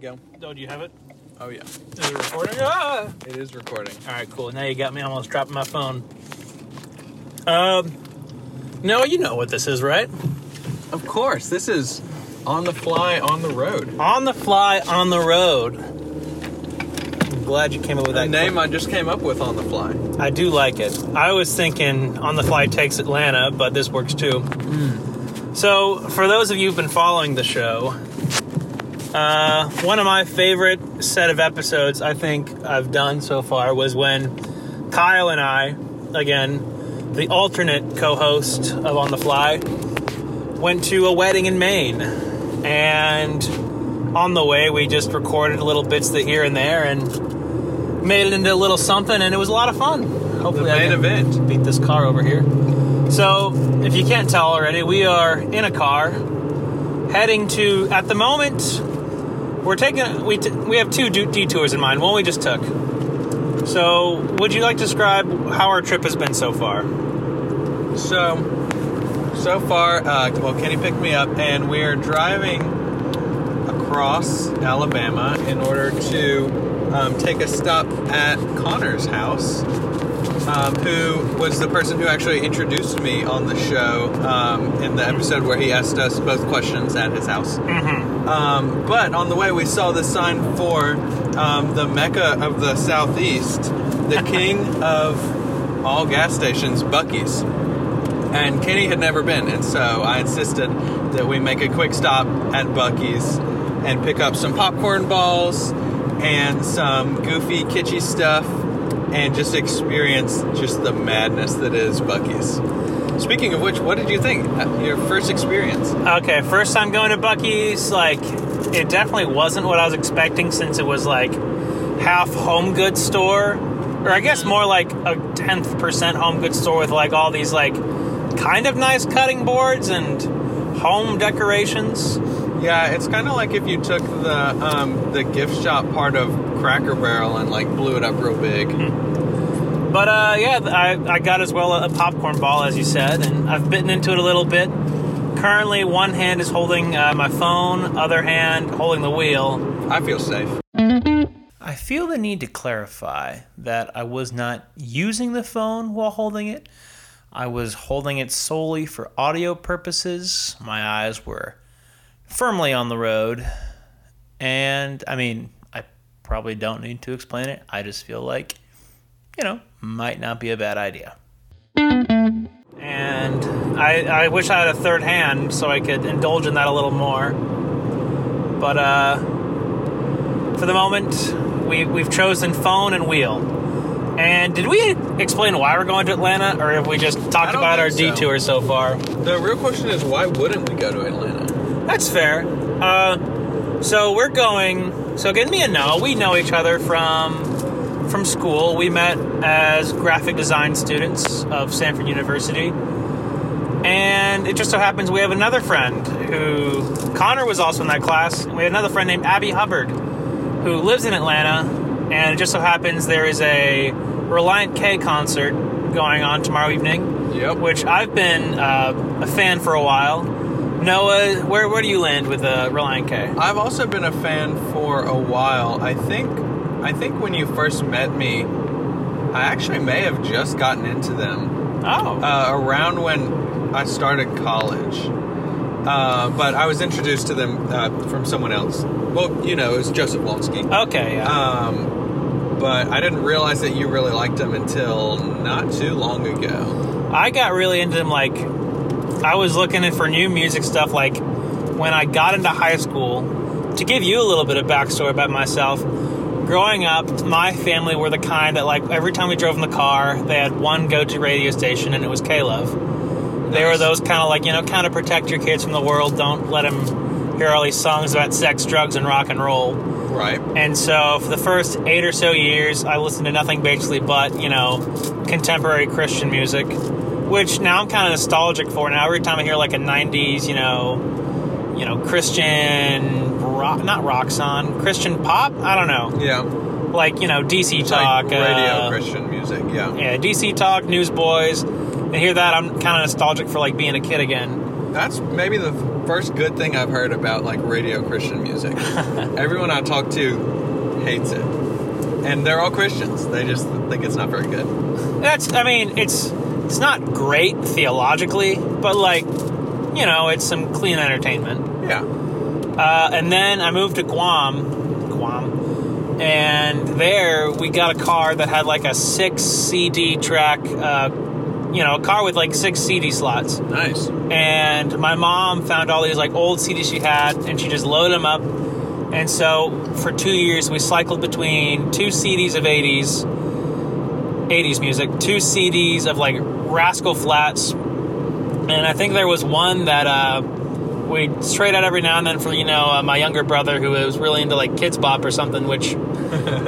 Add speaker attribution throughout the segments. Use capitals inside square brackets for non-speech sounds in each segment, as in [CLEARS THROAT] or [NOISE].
Speaker 1: go.
Speaker 2: Oh, do you have it?
Speaker 1: Oh yeah,
Speaker 2: Is it recording? Ah!
Speaker 1: it is recording.
Speaker 2: All right, cool. Now you got me almost dropping my phone. Um, no, you know what this is, right?
Speaker 1: Of course, this is on the fly on the road.
Speaker 2: On the fly, on the road. I'm glad you came up with
Speaker 1: The
Speaker 2: that
Speaker 1: name I just came up with on the fly.
Speaker 2: I do like it. I was thinking On the Fly takes Atlanta, but this works too. So, for those of you who've been following the show, uh, one of my favorite set of episodes I think I've done so far was when Kyle and I, again, the alternate co host of On the Fly, went to a wedding in Maine. And on the way, we just recorded little bits that here and there and made it into a little something, and it was a lot of fun. Hopefully,
Speaker 1: The
Speaker 2: I
Speaker 1: main
Speaker 2: can
Speaker 1: event.
Speaker 2: beat this car over here. So, if you can't tell already, we are in a car heading to. At the moment, we're taking we t- we have two du- detours in mind. One we just took. So, would you like to describe how our trip has been so far?
Speaker 1: So, so far, uh, well, Kenny picked me up, and we are driving across Alabama in order to um, take a stop at Connor's house, um, who was the person who actually introduced me on the show um, in the episode where he asked us both questions at his house. Um, but on the way, we saw the sign for um, the Mecca of the Southeast, the king of all gas stations, Bucky's. And Kenny had never been, and so I insisted that we make a quick stop at Bucky's and pick up some popcorn balls and some goofy, kitschy stuff and just experience just the madness that is Bucky's. Speaking of which, what did you think? Uh, Your first experience?
Speaker 2: Okay, first time going to Bucky's, like it definitely wasn't what I was expecting since it was like half home goods store, or I guess more like a tenth percent home goods store with like all these like kind of nice cutting boards and home decorations.
Speaker 1: Yeah, it's kind of like if you took the um, the gift shop part of Cracker Barrel and like blew it up real big.
Speaker 2: But uh, yeah, I, I got as well a popcorn ball as you said, and I've bitten into it a little bit. Currently, one hand is holding uh, my phone, other hand holding the wheel.
Speaker 1: I feel safe.
Speaker 2: I feel the need to clarify that I was not using the phone while holding it. I was holding it solely for audio purposes. My eyes were firmly on the road. And I mean, I probably don't need to explain it. I just feel like, you know, might not be a bad idea. And I, I wish I had a third hand so I could indulge in that a little more. But, uh, for the moment, we, we've chosen phone and wheel. And did we explain why we're going to Atlanta, or have we just
Speaker 1: I
Speaker 2: talked
Speaker 1: don't
Speaker 2: about our
Speaker 1: think so.
Speaker 2: detour so far?
Speaker 1: The real question is why wouldn't we go to Atlanta?
Speaker 2: That's fair. Uh, so we're going. So get me and Noah. We know each other from from school. We met as graphic design students of Sanford University, and it just so happens we have another friend who Connor was also in that class. We had another friend named Abby Hubbard who lives in Atlanta, and it just so happens there is a Reliant K concert going on tomorrow evening
Speaker 1: Yep.
Speaker 2: which I've been uh, a fan for a while. Noah, where where do you land with uh, Reliant K?
Speaker 1: I've also been a fan for a while. I think I think when you first met me, I actually may have just gotten into them
Speaker 2: Oh,
Speaker 1: uh, around when I started college. Uh, but I was introduced to them uh, from someone else. Well, you know, it was Joseph Walensky.
Speaker 2: Oh. okay, yeah.
Speaker 1: Um, but I didn't realize that you really liked him until not too long ago.
Speaker 2: I got really into them. Like, I was looking for new music stuff. Like, when I got into high school, to give you a little bit of backstory about myself. Growing up, my family were the kind that, like, every time we drove in the car, they had one go-to radio station, and it was K-Love. They were
Speaker 1: Nice.
Speaker 2: those kind of like, you know, kind of protect your kids from the world. Don't let them hear all these songs about sex, drugs, and rock and roll.
Speaker 1: Right.
Speaker 2: And so, for the first eight or so years, I listened to nothing basically but, you know, contemporary Christian music, which now I'm kind of nostalgic for. Now, every time I hear like a 90s, you know, you know, Christian rock, not rock song, Christian pop, I don't know,
Speaker 1: Yeah.
Speaker 2: like, you know, DC
Speaker 1: It's like
Speaker 2: Talk.
Speaker 1: radio
Speaker 2: uh,
Speaker 1: Christian music. Yeah.
Speaker 2: yeah, DC Talk, Newsboys, and hear that I'm kind of nostalgic for like being a kid again.
Speaker 1: That's maybe the first good thing I've heard about like radio Christian music. Everyone I talk to hates it, and they're all Christians. They just think it's not very good.
Speaker 2: That's I mean, it's it's not great theologically, but like, you know, it's some clean entertainment.
Speaker 1: Yeah.
Speaker 2: Uh, and then I moved to Guam, Guam, and there we got a car that had like a six CD track, uh, you know, a car with like six CD slots.
Speaker 1: Nice.
Speaker 2: And my mom found all these like old CDs she had, and she just loaded them up. And so for two years we cycled between two CDs of '80s, '80s music, two CDs of like Rascal Flats, and I think there was one that uh, we straight out every now and then for you know uh, my younger brother who was really into like Kids Bop or something, which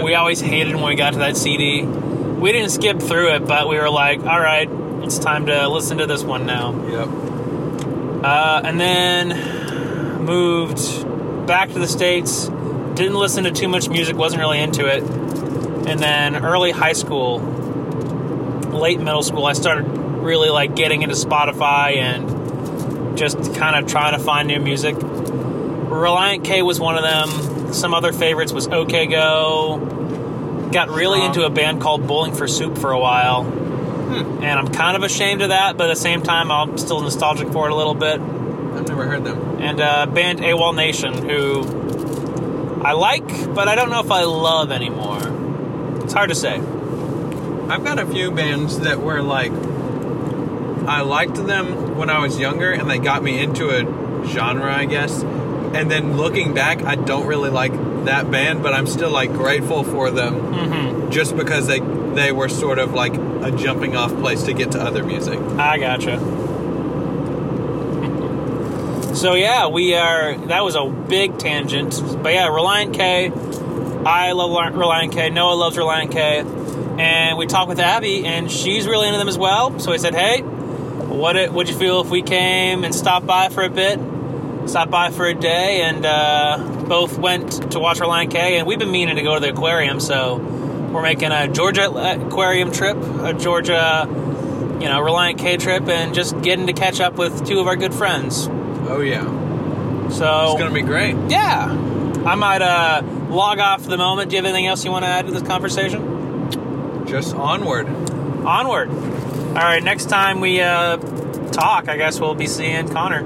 Speaker 2: we always hated when we got to that CD. We didn't skip through it, but we were like, all right, it's time to listen to this one now.
Speaker 1: Yep.
Speaker 2: Uh, and then moved back to the States. Didn't listen to too much music, wasn't really into it. And then early high school, late middle school, I started really like getting into Spotify and just kind of trying to find new music. Reliant K was one of them. Some other favorites was OK Go. Got really
Speaker 1: Huh.
Speaker 2: into a band called Bowling for Soup for a while. And I'm kind of ashamed of that, but at the same time, I'm still nostalgic for it a little bit
Speaker 1: I've never heard them.
Speaker 2: and uh, band AWOL Nation, who I like, but I don't know if I love anymore. It's hard to say.
Speaker 1: I've got a few bands that were like I liked them when I was younger, and they got me into a genre, I guess. And then looking back, I don't really like that band, but I'm still like grateful for them.
Speaker 2: Mm-hmm.
Speaker 1: just because they they were sort of like a jumping off place to get to other music.
Speaker 2: I gotcha. so yeah, we are. That was a big tangent, but yeah, Reliant K. I love Li- Reliant K. Noah loves Reliant K. And we talked with Abby, and she's really into them as well. So I said, "Hey, what it, would you feel if we came and stopped by for a bit, stopped by for a day, and uh, both went to watch Reliant K? And we've been meaning to go to the aquarium, so we're making a Georgia aquarium trip, a Georgia you know, Reliant K trip and just getting to catch up with two of our good friends.
Speaker 1: Oh yeah, it's gonna
Speaker 2: So,
Speaker 1: be great.
Speaker 2: yeah, I might uh, log off for the moment. Do you have anything else you want to add to this conversation?
Speaker 1: Just onward.
Speaker 2: Onward. All right, next time we uh, talk, I guess we'll be seeing Connor.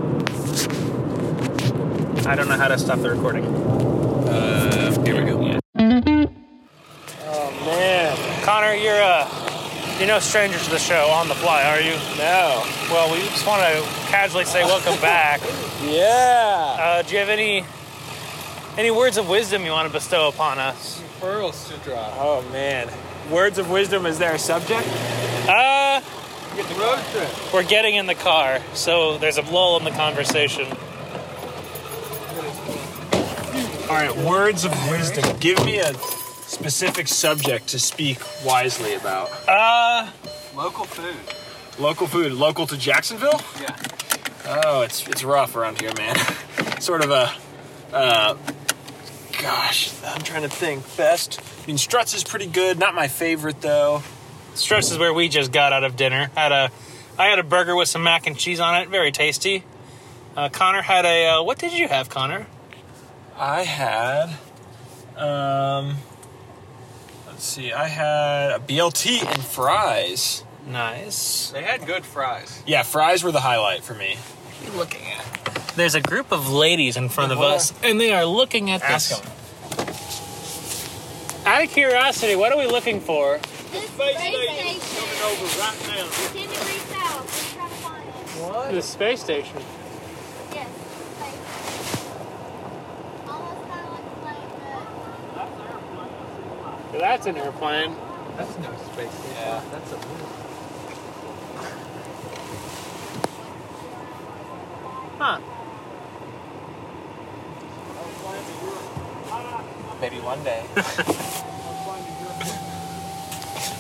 Speaker 2: I don't know how to stop the recording.
Speaker 1: Uh, here we go.
Speaker 2: Oh man, Connor, you're uh, you're no stranger to the show on the fly, are you?
Speaker 3: No.
Speaker 2: Well, we just want to casually say welcome back.
Speaker 3: [LAUGHS] Yeah.
Speaker 2: Uh, do you have any any words of wisdom you want to bestow upon us?
Speaker 1: Pearls to drop.
Speaker 3: Oh man. Words of wisdom is there a subject?
Speaker 2: Uh,
Speaker 1: Get the road trip.
Speaker 2: we're getting in the car, so there's a lull in the conversation.
Speaker 3: All right, words of wisdom. Give me a specific subject to speak wisely about.
Speaker 2: Uh,
Speaker 1: Local food.
Speaker 3: Local food, local to Jacksonville?
Speaker 1: Yeah.
Speaker 3: Oh, it's it's rough around here,
Speaker 2: [LAUGHS]
Speaker 3: man. sort of a uh gosh, I'm trying to think. Best. I mean Struts is pretty good, not my favorite though.
Speaker 2: Stress is where we just got out of dinner. Had a, I had a burger with some mac and cheese on it, very tasty. Uh, Connor had a. Uh, what did you have, Connor?
Speaker 3: I had, um, let's see, I had a BLT and fries.
Speaker 2: Nice.
Speaker 1: They had good fries.
Speaker 3: Yeah, fries were the highlight for me.
Speaker 1: What are you looking at?
Speaker 2: There's a group of ladies in front of
Speaker 3: What?
Speaker 2: us, and they are looking at
Speaker 3: Ask
Speaker 2: this.
Speaker 3: them.
Speaker 2: Out of curiosity, what are we looking for?
Speaker 4: This space station coming over right now. Ten degrees south. We're trying to find it.
Speaker 2: The space station.
Speaker 4: Yes. space. Almost kind of like like the.
Speaker 2: That's an airplane.
Speaker 1: That's no space. Yeah, that's a
Speaker 2: Huh.
Speaker 3: Maybe one day. [LAUGHS]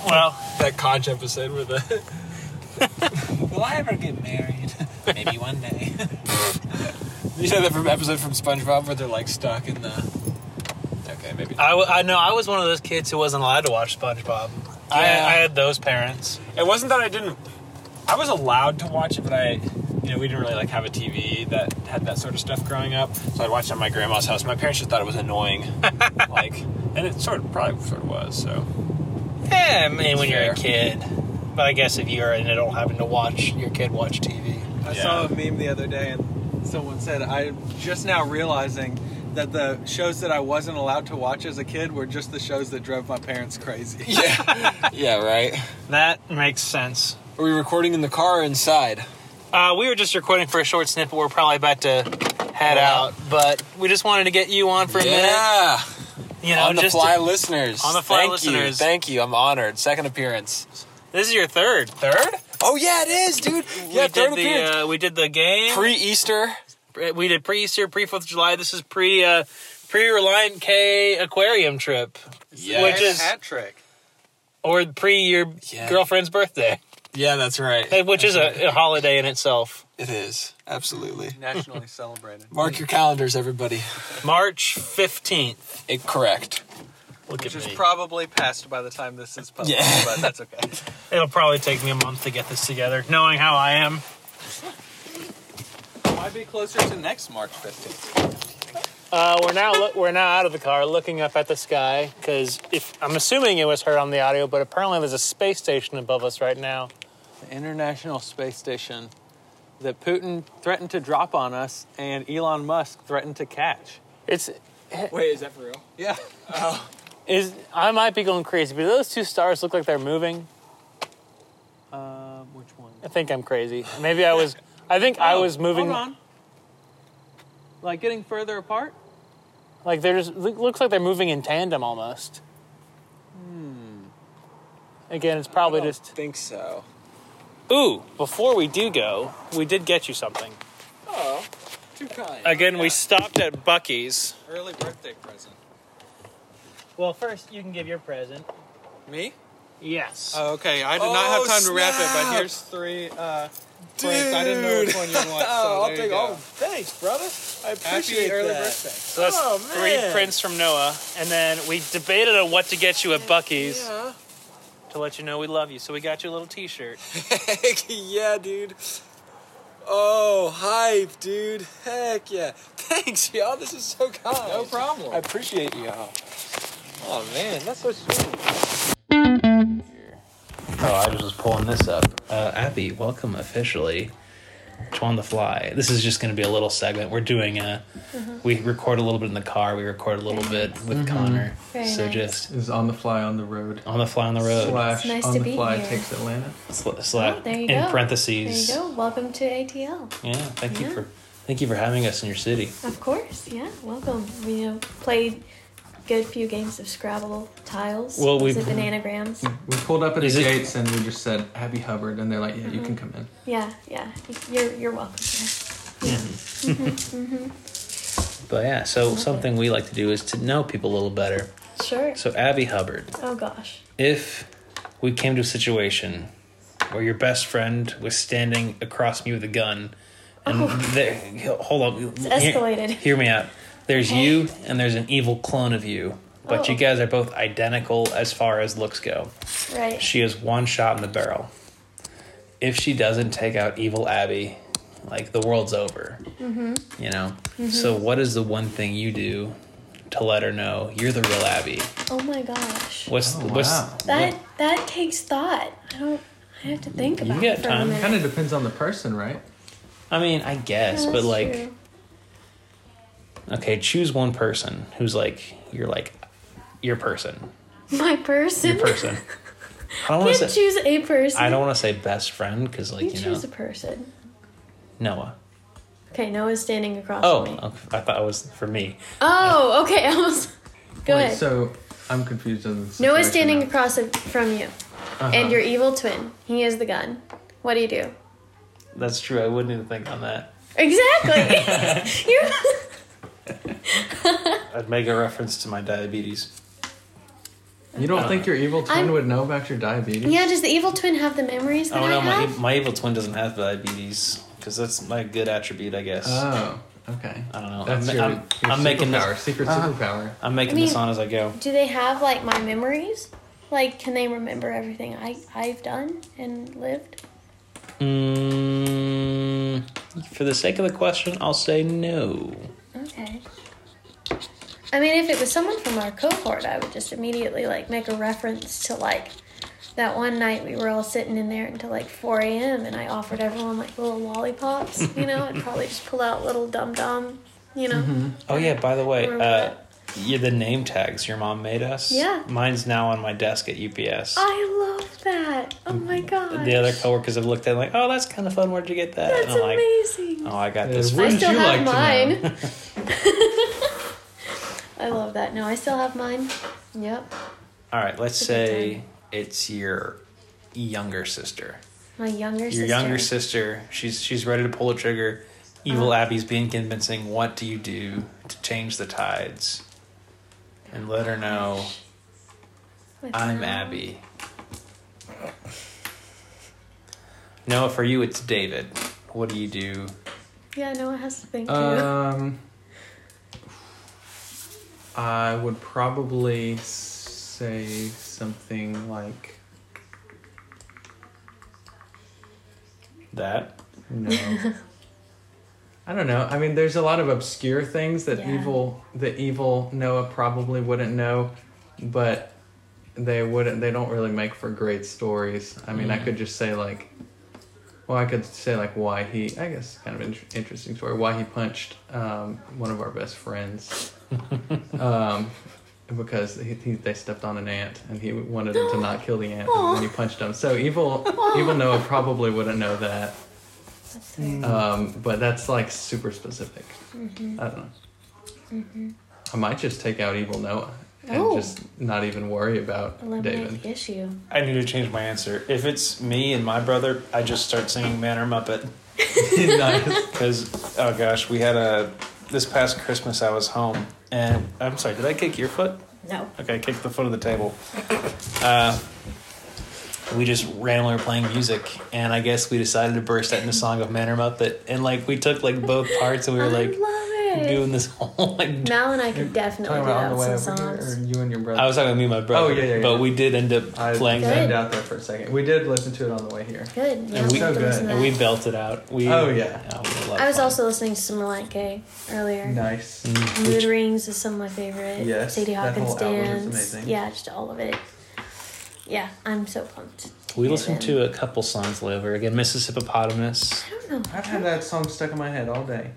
Speaker 2: Well,
Speaker 3: that conch episode where the.
Speaker 1: [LAUGHS]
Speaker 3: Will I ever get married? [LAUGHS] Maybe one day. [LAUGHS] you know that from episode from SpongeBob where they're like stuck in the. Okay, maybe.
Speaker 2: I, w- I know I was one of those kids who wasn't allowed to watch SpongeBob. I,
Speaker 3: Yeah.
Speaker 2: I had those parents.
Speaker 3: It wasn't that I didn't. I was allowed to watch it, but I, you know, we didn't really like have a TV that had that sort of stuff growing up, so I'd watch it at my grandma's house. My parents just thought it
Speaker 2: [LAUGHS]
Speaker 3: was annoying, like, and it sort of probably sort of was. So
Speaker 2: Yeah, I mean, when you're a
Speaker 3: Fair.
Speaker 2: kid. But I guess if you're an adult having to watch your kid watch TV.
Speaker 1: I
Speaker 3: Yeah.
Speaker 1: saw a meme the other day, and someone said, "I'm just now realizing that the shows that I wasn't allowed to watch as a kid were just the shows that drove my parents crazy."
Speaker 3: yeah, yeah, right.
Speaker 2: That makes sense.
Speaker 3: Are we recording in the car or inside?
Speaker 2: Uh, we were just recording for a short snippet. We're probably about to head out, but we just wanted to get you on for a minute.
Speaker 3: yeah,
Speaker 2: You know,
Speaker 3: on the
Speaker 2: just
Speaker 3: fly
Speaker 2: to-
Speaker 3: listeners.
Speaker 2: On the fly
Speaker 3: Thank
Speaker 2: listeners.
Speaker 3: You. Thank you. I'm honored. Second appearance.
Speaker 2: this is your third, third.
Speaker 3: Oh yeah, it is, dude.
Speaker 2: [LAUGHS]
Speaker 3: Yeah,
Speaker 2: we
Speaker 3: third
Speaker 2: did
Speaker 3: appearance.
Speaker 2: the uh, we did the game.
Speaker 3: Pre Easter.
Speaker 2: Pre- we did pre Easter, pre Fourth of July. This is pre uh, pre Reliant K aquarium trip, Which is-
Speaker 1: hat trick.
Speaker 2: or pre your
Speaker 3: Yeah.
Speaker 2: girlfriend's birthday,
Speaker 3: yeah, that's right.
Speaker 2: eh, which is a, a holiday in itself.
Speaker 3: It is absolutely.
Speaker 1: Nationally
Speaker 3: [LAUGHS]
Speaker 1: celebrated.
Speaker 3: Mark your calendars, everybody.
Speaker 2: March fifteenth.
Speaker 3: It correct.
Speaker 2: Look
Speaker 1: Which
Speaker 2: at
Speaker 1: is
Speaker 2: me.
Speaker 1: probably passed by the time this is published,
Speaker 3: [LAUGHS] Yeah.
Speaker 1: but that's okay.
Speaker 2: It'll probably take me a month to get this together, knowing how I am.
Speaker 1: Might be closer to next March 15th.
Speaker 2: Uh, we're [LAUGHS] now lo- we're now out of the car, looking up at the sky. Because if I'm assuming it was heard on the audio, but apparently there's a space station above us right now.
Speaker 1: The International Space Station that Putin threatened to drop on us and Elon Musk threatened to catch.
Speaker 2: It's
Speaker 3: Wait, is that for real?
Speaker 1: Yeah.
Speaker 2: is I might be going crazy, but those two stars look like they're moving.
Speaker 1: Uh, which one?
Speaker 2: I think I'm crazy. Maybe I was. I think I was moving.
Speaker 1: Oh, Hold on. Like getting further apart?
Speaker 2: Like they're just look- looks like they're moving in tandem almost. Hmm. Again, it's probably just.
Speaker 3: Think so.
Speaker 2: Ooh! Before we do go, we did get you something.
Speaker 3: Oh, too kind.
Speaker 2: Again, we stopped at Bucky's.
Speaker 1: Early birthday present.
Speaker 2: Well, first you can give your present.
Speaker 1: Me?
Speaker 2: Yes.
Speaker 1: okay, I did
Speaker 3: not have time to wrap it, but here's
Speaker 1: three uh,
Speaker 3: points. I didn't know which
Speaker 1: one you want. So
Speaker 3: oh, I'll take all. Thanks, brother. I appreciate that.
Speaker 2: so that's
Speaker 3: oh,
Speaker 2: three
Speaker 3: man.
Speaker 2: prints from Noah, and then we debated on what to get you at Bucky's
Speaker 3: Yeah.
Speaker 2: to let you know we love you. So we got you a little T-shirt.
Speaker 3: Heck [LAUGHS] yeah, dude. Oh, hype, dude. Heck yeah. Thanks, y'all. This is so kind.
Speaker 1: No problem.
Speaker 3: I appreciate y'all. Oh man, that's so sweet.
Speaker 2: Oh, I was just pulling this up. Uh, Abby, welcome officially to On the Fly. This is just going to be a little segment. We're doing a.
Speaker 5: Mm-hmm.
Speaker 2: We record a little bit in the car. We record a little bit with Connor.
Speaker 5: Very
Speaker 2: so
Speaker 5: nice.
Speaker 2: just
Speaker 6: is on the fly on the road
Speaker 2: on the fly on the road.
Speaker 6: slash
Speaker 5: nice
Speaker 6: on
Speaker 5: to
Speaker 6: the
Speaker 5: be
Speaker 6: fly
Speaker 5: here.
Speaker 6: takes Atlanta.
Speaker 2: Sla- sla-
Speaker 5: Oh, there you
Speaker 2: in
Speaker 5: go. There
Speaker 2: parentheses.
Speaker 5: you go. Welcome to ATL.
Speaker 2: Yeah. Thank you
Speaker 5: Yeah.
Speaker 2: for thank you for having us in your city.
Speaker 5: Of course, yeah. Welcome. We have played good few games of Scrabble tiles.
Speaker 2: Well, we-
Speaker 5: Zip and anagrams.
Speaker 6: We pulled up at
Speaker 2: Is
Speaker 6: the
Speaker 2: it-
Speaker 6: gates and we just said Abby Hubbard, and they're like, "Yeah, you can come in."
Speaker 5: Yeah, yeah. You're you're welcome. Here.
Speaker 2: But yeah, so something we like to do is to know people a little better.
Speaker 5: Sure.
Speaker 2: So Abby Hubbard,
Speaker 5: oh gosh.
Speaker 2: if we came to a situation where your best friend was standing across me with a gun and there hold on it's
Speaker 5: Oh. escalated.
Speaker 2: hear, me out there's you and there's an evil clone of you but you
Speaker 5: Oh.
Speaker 2: guys are both identical as far as looks go
Speaker 5: Right.
Speaker 2: she is one shot in the barrel if she doesn't take out evil abby like the world's over
Speaker 5: Mm-hmm.
Speaker 2: you know so what is the one thing you do to let her know you're the real abby
Speaker 5: oh my gosh.
Speaker 2: what's
Speaker 6: Oh,
Speaker 2: what's
Speaker 6: wow.
Speaker 5: That that takes thought. I don't. I have to think about
Speaker 2: got
Speaker 5: it for
Speaker 2: time.
Speaker 5: a minute.
Speaker 6: Kind of depends on the person, right?
Speaker 2: I mean, I guess,
Speaker 5: Yeah,
Speaker 2: but
Speaker 5: that's
Speaker 2: like,
Speaker 5: true.
Speaker 2: okay, choose one person who's like you're like your person,
Speaker 5: my person.
Speaker 2: your
Speaker 5: [LAUGHS]
Speaker 2: person. I don't
Speaker 5: I
Speaker 2: want to
Speaker 5: can't
Speaker 2: say
Speaker 5: choose a person.
Speaker 2: I don't want to say best friend because
Speaker 5: You
Speaker 2: like you, know
Speaker 5: choose a person.
Speaker 2: Noah.
Speaker 5: Okay, Noah's standing across
Speaker 2: Oh,
Speaker 5: from me.
Speaker 2: okay, I thought it was for me.
Speaker 5: Oh, okay. [LAUGHS] I was. Go
Speaker 6: Wait,
Speaker 5: ahead.
Speaker 6: so I'm confused on this.
Speaker 5: Noah's standing across of- from you,
Speaker 2: Uh-huh.
Speaker 5: and your evil twin. He has the gun. What do you do?
Speaker 2: That's true. I wouldn't even think on that. [LAUGHS]
Speaker 5: Exactly. [LAUGHS] you.
Speaker 2: I'd make a reference to my diabetes.
Speaker 6: You don't think your evil twin
Speaker 5: I'm-
Speaker 6: would know about your diabetes?
Speaker 5: yeah. Does the evil twin have the memories that
Speaker 2: Oh
Speaker 5: I
Speaker 2: no, my
Speaker 5: have?
Speaker 2: ev- my evil twin doesn't have diabetes because that's my good attribute, I guess.
Speaker 6: Oh, okay.
Speaker 2: I don't know.
Speaker 6: That's
Speaker 2: I'm-
Speaker 6: your,
Speaker 2: I'm-
Speaker 6: your
Speaker 2: I'm making this-
Speaker 6: superpower, secret superpower.
Speaker 2: I'm making
Speaker 5: I mean-
Speaker 2: this on as I go.
Speaker 5: do they have like my memories? Like, can they remember everything I I've done and lived?
Speaker 2: Mm, for the sake of the question, I'll say no.
Speaker 5: Okay. I mean, if it was someone from our cohort, I would just immediately like make a reference to like that one night we were all sitting in there until like 4 a.m. and I offered everyone like little lollipops, you know, and probably just pull out little dum dum, you know.
Speaker 2: Oh yeah, by the way,
Speaker 5: Remember
Speaker 2: uh,
Speaker 5: that?
Speaker 2: yeah, the name tags your mom made us.
Speaker 5: Yeah. Oh,
Speaker 2: Mine's now on my desk at UPS.
Speaker 5: I love that. Oh my god.
Speaker 2: Mm-hmm. the other coworkers have looked at it like, oh, that's kind of fun. Where'd you get that?
Speaker 5: That's
Speaker 2: and I'm like,
Speaker 5: amazing.
Speaker 2: oh, I got
Speaker 6: Yeah,
Speaker 2: this.
Speaker 6: what
Speaker 5: I
Speaker 6: would
Speaker 5: still
Speaker 6: Uh, you
Speaker 5: have
Speaker 6: like to [LAUGHS]
Speaker 5: mine. I love that. No, I still have mine. Yep.
Speaker 2: [LAUGHS] All right, let's
Speaker 5: a good
Speaker 2: say
Speaker 5: time.
Speaker 2: it's your younger sister.
Speaker 5: My younger sister.
Speaker 2: Your younger sister. She's she's ready to pull a trigger. Evil
Speaker 5: Uh-huh.
Speaker 2: Abby's being convincing. What do you do to change the tides? And let her know
Speaker 5: My
Speaker 2: I'm
Speaker 5: mom.
Speaker 2: Abby. No, for you it's David. What do you do?
Speaker 5: Yeah, no one has to thank you.
Speaker 6: Um, I would probably say something like
Speaker 2: That
Speaker 5: [LAUGHS]
Speaker 6: no. I don't know. I mean, there's a lot of obscure things that
Speaker 5: Yeah.
Speaker 6: evil that evil Noah probably wouldn't know, but they wouldn't. They don't really make for great stories. I mean, I could just say like, well, I could say like why he. I guess kind of an inter- interesting story. Why he punched um, one of our best friends. um, because he, he, they stepped on an ant and he wanted them to not kill the ant and then he punched him. So evil, evil Noah probably wouldn't know that.
Speaker 5: That's fair.
Speaker 7: Mm-hmm.
Speaker 6: Um, but that's like super specific. I don't know.
Speaker 7: Mm-hmm.
Speaker 6: I might just take out Evil Noah and
Speaker 5: Oh.
Speaker 6: just not even worry about
Speaker 5: Eliminate
Speaker 6: David.
Speaker 5: the issue.
Speaker 2: I need to change my answer. If it's me and my brother, I just start singing Man or Muppet.
Speaker 6: nice.
Speaker 2: Because oh gosh, we had a this past Christmas I was home and I'm sorry, did I kick your foot?
Speaker 8: No.
Speaker 2: Okay, I kicked the foot of the table. Uh, we just randomly were playing music, and I guess we decided to burst out into song of Man or Muppet, and like we took like both parts, and we
Speaker 5: I
Speaker 2: were like
Speaker 5: love it.
Speaker 2: doing this [LAUGHS] whole like.
Speaker 5: Mal and I could definitely
Speaker 6: Talking
Speaker 5: do
Speaker 6: about on the
Speaker 5: that with
Speaker 6: way
Speaker 5: some
Speaker 6: over here, or
Speaker 5: songs.
Speaker 6: you and your brother.
Speaker 2: I was talking to me and my brother,
Speaker 6: Oh, yeah, yeah, yeah.
Speaker 2: but we did end up
Speaker 6: I
Speaker 2: playing
Speaker 5: Good.
Speaker 6: zoned out there for a second. We did listen to it on the way here.
Speaker 5: Good. Yeah,
Speaker 2: we-
Speaker 5: we have
Speaker 6: So
Speaker 5: to listen
Speaker 6: Oh, good.
Speaker 5: to
Speaker 2: and we
Speaker 5: that.
Speaker 2: belted out. We
Speaker 6: Oh,
Speaker 2: oh,
Speaker 6: yeah.
Speaker 2: we had a lot of
Speaker 5: I was
Speaker 2: fun.
Speaker 5: also listening to some Reliant K earlier.
Speaker 6: Nice.
Speaker 5: Mood Rings is some of my favorite.
Speaker 6: Yes,
Speaker 5: Sadie
Speaker 6: that
Speaker 5: Hawkins
Speaker 6: whole album is
Speaker 5: dance.
Speaker 6: amazing.
Speaker 5: Yeah, just all of it. Yeah, I'm so pumped.
Speaker 2: we listened to a couple songs later again. Mrs. Hippopotamus.
Speaker 5: I don't know.
Speaker 6: I've had that song stuck in my head all day.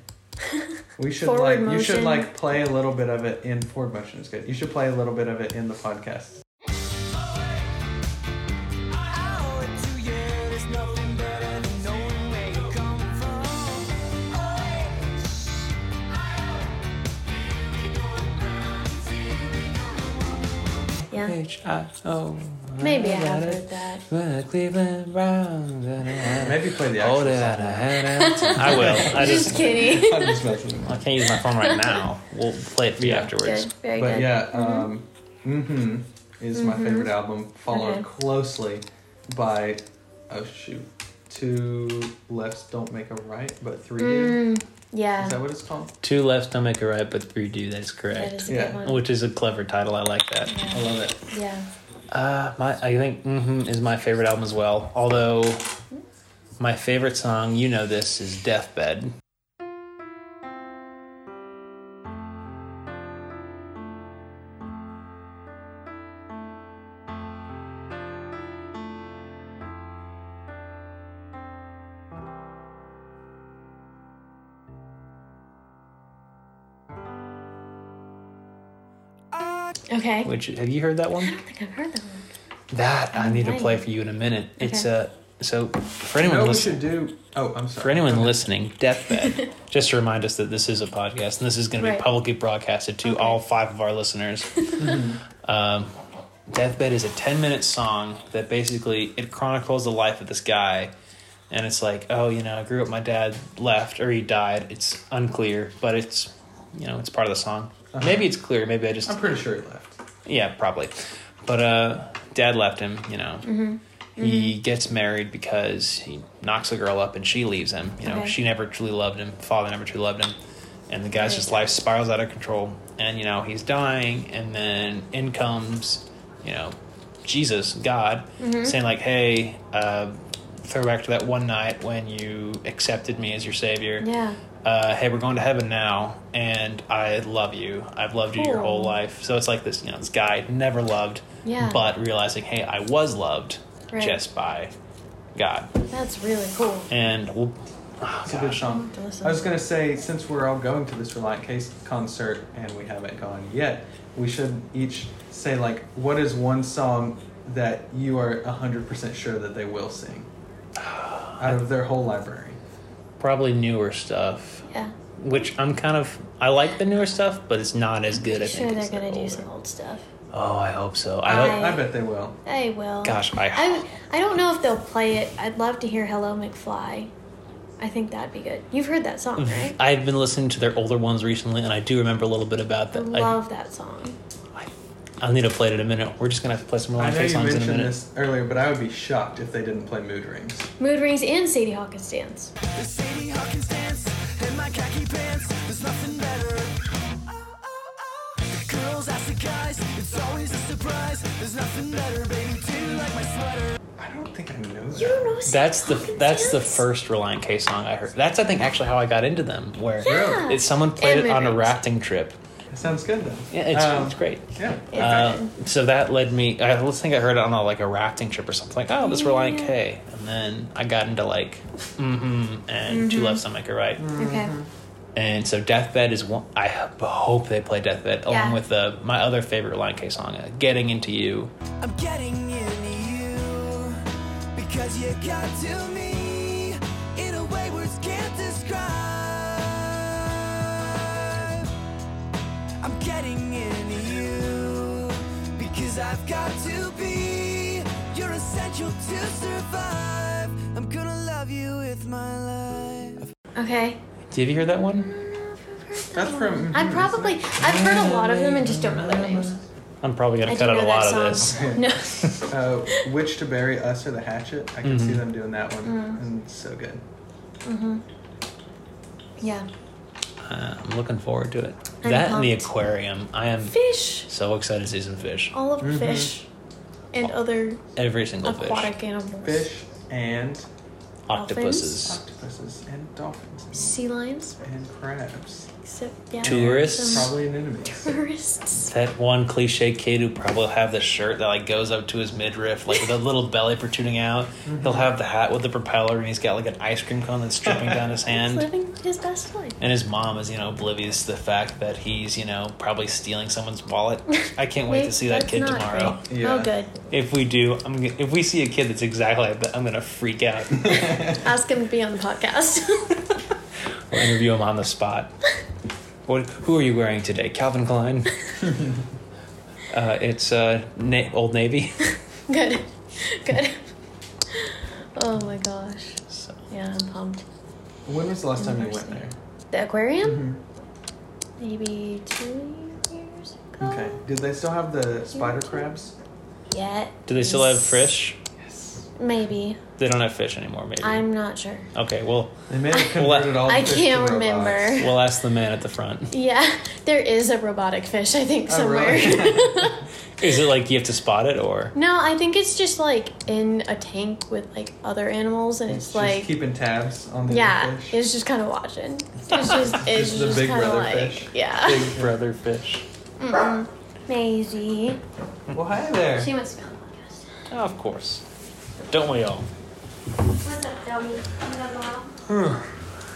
Speaker 6: We should
Speaker 5: Forward
Speaker 6: like you
Speaker 5: motion.
Speaker 6: should like play a little bit of it in forward motion is good. You should play a little bit of it in the podcast.
Speaker 5: Yeah,
Speaker 2: H I
Speaker 5: Oh.
Speaker 2: O.
Speaker 5: maybe I have heard that.
Speaker 2: Cleveland Browns.
Speaker 6: Maybe play the actual
Speaker 2: Oh, that I had. I will.
Speaker 5: [LAUGHS]
Speaker 2: I
Speaker 5: Just,
Speaker 2: just
Speaker 5: kidding.
Speaker 6: song. I'm just messing with you.
Speaker 2: I can't use my phone right now. We'll play it for you
Speaker 6: Yeah.
Speaker 2: afterwards.
Speaker 5: good, very
Speaker 6: But
Speaker 5: good.
Speaker 6: yeah, um, mm-hmm is my favorite album, followed
Speaker 5: Okay.
Speaker 6: closely by oh shoot, two lefts don't make a right, but three do.
Speaker 5: Mm, yeah,
Speaker 6: Is that what it's called?
Speaker 2: Two lefts don't make a right, but three do. That's
Speaker 5: that
Speaker 2: correct.
Speaker 5: is a
Speaker 6: Yeah.
Speaker 5: good one.
Speaker 2: Which is a clever title. I like that.
Speaker 6: I love it.
Speaker 5: Yeah,
Speaker 2: Uh, my I think hmm is my favorite album as well. Although my favorite song, you know this, is Deathbed.
Speaker 5: okay.
Speaker 2: Which have you heard that one?
Speaker 5: I don't think I've heard that one.
Speaker 2: That I need to play for you in a minute. It's uh so for anyone
Speaker 6: No, we
Speaker 2: listening.
Speaker 6: should do. Oh, I'm sorry.
Speaker 2: For anyone listening, Deathbed, just to remind us that this is a podcast and this is going to
Speaker 5: Right.
Speaker 2: be publicly broadcasted to all five of our listeners. um, Deathbed is a 10 minute song that basically it chronicles the life of this guy. And it's like, oh, you know, I grew up, my dad left or he died. It's unclear, but it's, you know, it's part of the song. Maybe it's clear. Maybe I just
Speaker 6: I'm pretty sure he left.
Speaker 2: yeah, probably. But uh, dad left him, you know.
Speaker 5: Mm-hmm.
Speaker 2: He gets married because he knocks a girl up and she leaves him. You know,
Speaker 5: Okay.
Speaker 2: she never truly loved him. Father never truly loved him. And the guy's just life spirals out of control. And, you know, he's dying. And then in
Speaker 5: Mm-hmm.
Speaker 2: comes, you know, Jesus, God, saying, like, hey, uh, throwback to that one night when you accepted me as your savior.
Speaker 5: Yeah.
Speaker 2: Uh, hey, we're going to heaven now, and I love you. I've loved you your
Speaker 5: Cool.
Speaker 2: whole life. So it's like this, you know, this guy never loved,
Speaker 5: Yeah.
Speaker 2: but realizing, hey, I was loved
Speaker 5: Right.
Speaker 2: just by God.
Speaker 5: That's really cool.
Speaker 2: And we'll, oh,
Speaker 1: It's a good
Speaker 2: gosh.
Speaker 1: song.
Speaker 5: to listen.
Speaker 1: I was gonna say, since we're all going to this Reliant Case concert and we haven't gone yet, we should each say like, what is one song that you are hundred percent sure that they will sing out of their whole library?
Speaker 2: probably newer stuff,
Speaker 5: Yeah.
Speaker 2: which I'm kind of I like the newer stuff, but it's not as good. I
Speaker 5: I'm sure
Speaker 2: think
Speaker 5: they're
Speaker 2: as the
Speaker 5: gonna do
Speaker 2: older.
Speaker 5: some old stuff.
Speaker 2: Oh, I hope so. I
Speaker 5: I-
Speaker 2: hope.
Speaker 1: I bet they will.
Speaker 5: They will.
Speaker 2: Gosh, I,
Speaker 5: I, I don't know if they'll play it. I'd love to hear Hello McFly. I think that'd be good. You've heard that song, right?
Speaker 2: [LAUGHS] I have been listening to their older ones recently, and I do remember a little bit about
Speaker 5: I
Speaker 2: that.
Speaker 5: love that song.
Speaker 2: I, I, will need to play it in a minute. We're just gonna have to play some
Speaker 1: I
Speaker 2: Rolling
Speaker 1: know
Speaker 2: Face
Speaker 1: you
Speaker 2: songs in a
Speaker 1: mentioned
Speaker 2: minute.
Speaker 1: this earlier, but I would be shocked if they didn't play Mood Rings.
Speaker 5: Mood Rings and Sadie Hawkins dance.
Speaker 3: The Sadie Hawkins dance in my khaki pants. There's nothing better. The girls ask the guys. It's always a surprise. There's nothing better, baby. Do you like my sweater?
Speaker 1: I don't think I know
Speaker 5: You
Speaker 1: that.
Speaker 5: don't know Sadie
Speaker 2: That's the
Speaker 5: Hawkins
Speaker 2: that's the
Speaker 5: dance?
Speaker 2: first Reliant K song I heard. That's I think actually how I got into them. Where
Speaker 5: Yeah.
Speaker 2: it's someone played
Speaker 5: And
Speaker 2: it on a
Speaker 5: movies.
Speaker 2: rafting trip.
Speaker 1: It sounds good though.
Speaker 2: Yeah, it's,
Speaker 1: Um,
Speaker 2: it's great.
Speaker 1: Yeah.
Speaker 5: It's
Speaker 2: Uh,
Speaker 5: good.
Speaker 2: so that led me. I was- think I heard it on a, like a rafting trip or something. Like, oh, this Reliant
Speaker 5: Yeah.
Speaker 2: K, and then I got into like, mm-hmm, and two lefts don't make a right.
Speaker 5: Okay.
Speaker 2: And so Deathbed is one. I ho- hope they play Deathbed along
Speaker 5: Yeah.
Speaker 2: with uh, my other favorite Reliant K song, uh, "Getting Into You."
Speaker 3: I'm getting into you because you got to me in a way words can't describe. I'm getting into you because I've got to be. You're essential to survive. I'm gonna love you with my life.
Speaker 5: Okay.
Speaker 2: Did you hear that one?
Speaker 1: That's from.
Speaker 5: I probably I've heard a lot of them and just don't know their names.
Speaker 2: I'm probably gonna
Speaker 5: I do
Speaker 2: cut out
Speaker 5: know
Speaker 2: a lot
Speaker 5: that
Speaker 2: of this.
Speaker 5: song. No. [LAUGHS]
Speaker 1: Uh, Witch to Bury Us or the Hatchet. I
Speaker 2: Mm-hmm.
Speaker 1: can see them doing that one. And it's so good.
Speaker 2: [LAUGHS]
Speaker 5: Yeah.
Speaker 2: Uh, I'm looking forward to it.
Speaker 5: I'm
Speaker 2: that and the
Speaker 5: pumped.
Speaker 2: aquarium. I am
Speaker 5: Fish.
Speaker 2: so excited to see some fish.
Speaker 5: All of
Speaker 1: Mm-hmm.
Speaker 5: the fish and other
Speaker 2: Every single
Speaker 5: aquatic
Speaker 2: fish,
Speaker 5: animals.
Speaker 1: Fish and
Speaker 2: octopuses.
Speaker 1: octopuses and dolphins
Speaker 5: Sea lions.
Speaker 1: and crabs.
Speaker 5: Except yeah.
Speaker 2: Tourists.
Speaker 5: some
Speaker 1: Probably anemones.
Speaker 5: Tourists.
Speaker 2: That one cliche kid who probably will have the shirt that like goes up to his midriff, like with a
Speaker 5: [LAUGHS]
Speaker 2: little belly protruding out.
Speaker 5: Mm-hmm.
Speaker 2: He'll have the hat with the propeller, and he's got like an ice cream cone that's dripping down
Speaker 5: [LAUGHS]
Speaker 2: his
Speaker 5: He's
Speaker 2: hand.
Speaker 5: living his best life.
Speaker 2: And his mom is, you know, oblivious to the fact that he's, you know, probably stealing someone's wallet. I can't
Speaker 5: [LAUGHS]
Speaker 2: wait to
Speaker 5: Nick,
Speaker 2: see that
Speaker 5: that's
Speaker 2: kid
Speaker 5: not
Speaker 2: tomorrow.
Speaker 5: great.
Speaker 1: Yeah.
Speaker 5: Oh, good.
Speaker 2: If we do, I'm g- if we see a kid that's exactly like that, I'm gonna freak out. we'll
Speaker 5: Ask him to be on the podcast. [LAUGHS]
Speaker 2: interview him on the spot. What? Who are you wearing today, Calvin Klein? uh, it's uh, Na- Old Navy.
Speaker 5: good. Good. [LAUGHS] Oh my gosh.
Speaker 2: So.
Speaker 5: Yeah, I'm pumped.
Speaker 1: When was the last time you went there?
Speaker 5: The aquarium? Maybe two years ago.
Speaker 1: Mm-hmm. Okay. Did they still have the spider crabs?
Speaker 5: Yet.
Speaker 2: Do they still have fish?
Speaker 5: Maybe.
Speaker 2: They don't have fish anymore, maybe.
Speaker 5: I'm not sure.
Speaker 2: okay, well,
Speaker 1: They may have converted all the
Speaker 5: I
Speaker 1: fish to
Speaker 5: can't
Speaker 1: robots.
Speaker 5: remember.
Speaker 2: we'll ask the man at the front.
Speaker 5: Yeah, [LAUGHS] there is a robotic fish, I think,
Speaker 1: Oh,
Speaker 5: somewhere. [LAUGHS]
Speaker 1: really? [LAUGHS]
Speaker 2: Is it like you have to spot it, or
Speaker 5: no, I think it's just like in a tank with like other animals, and it's,
Speaker 1: It's
Speaker 5: like.
Speaker 1: just keeping tabs on the
Speaker 5: yeah,
Speaker 1: fish.
Speaker 5: it's just kind of watching.
Speaker 1: [LAUGHS]
Speaker 5: It's just, it's
Speaker 1: Just the
Speaker 5: just
Speaker 1: big
Speaker 5: kind of
Speaker 1: brother
Speaker 5: like,
Speaker 1: fish.
Speaker 5: yeah.
Speaker 2: big brother fish?
Speaker 5: Maisie.
Speaker 1: Well, hi there.
Speaker 5: She wants to be on the podcast.
Speaker 2: Oh, of course. Don't we all?
Speaker 5: What's up, dummy?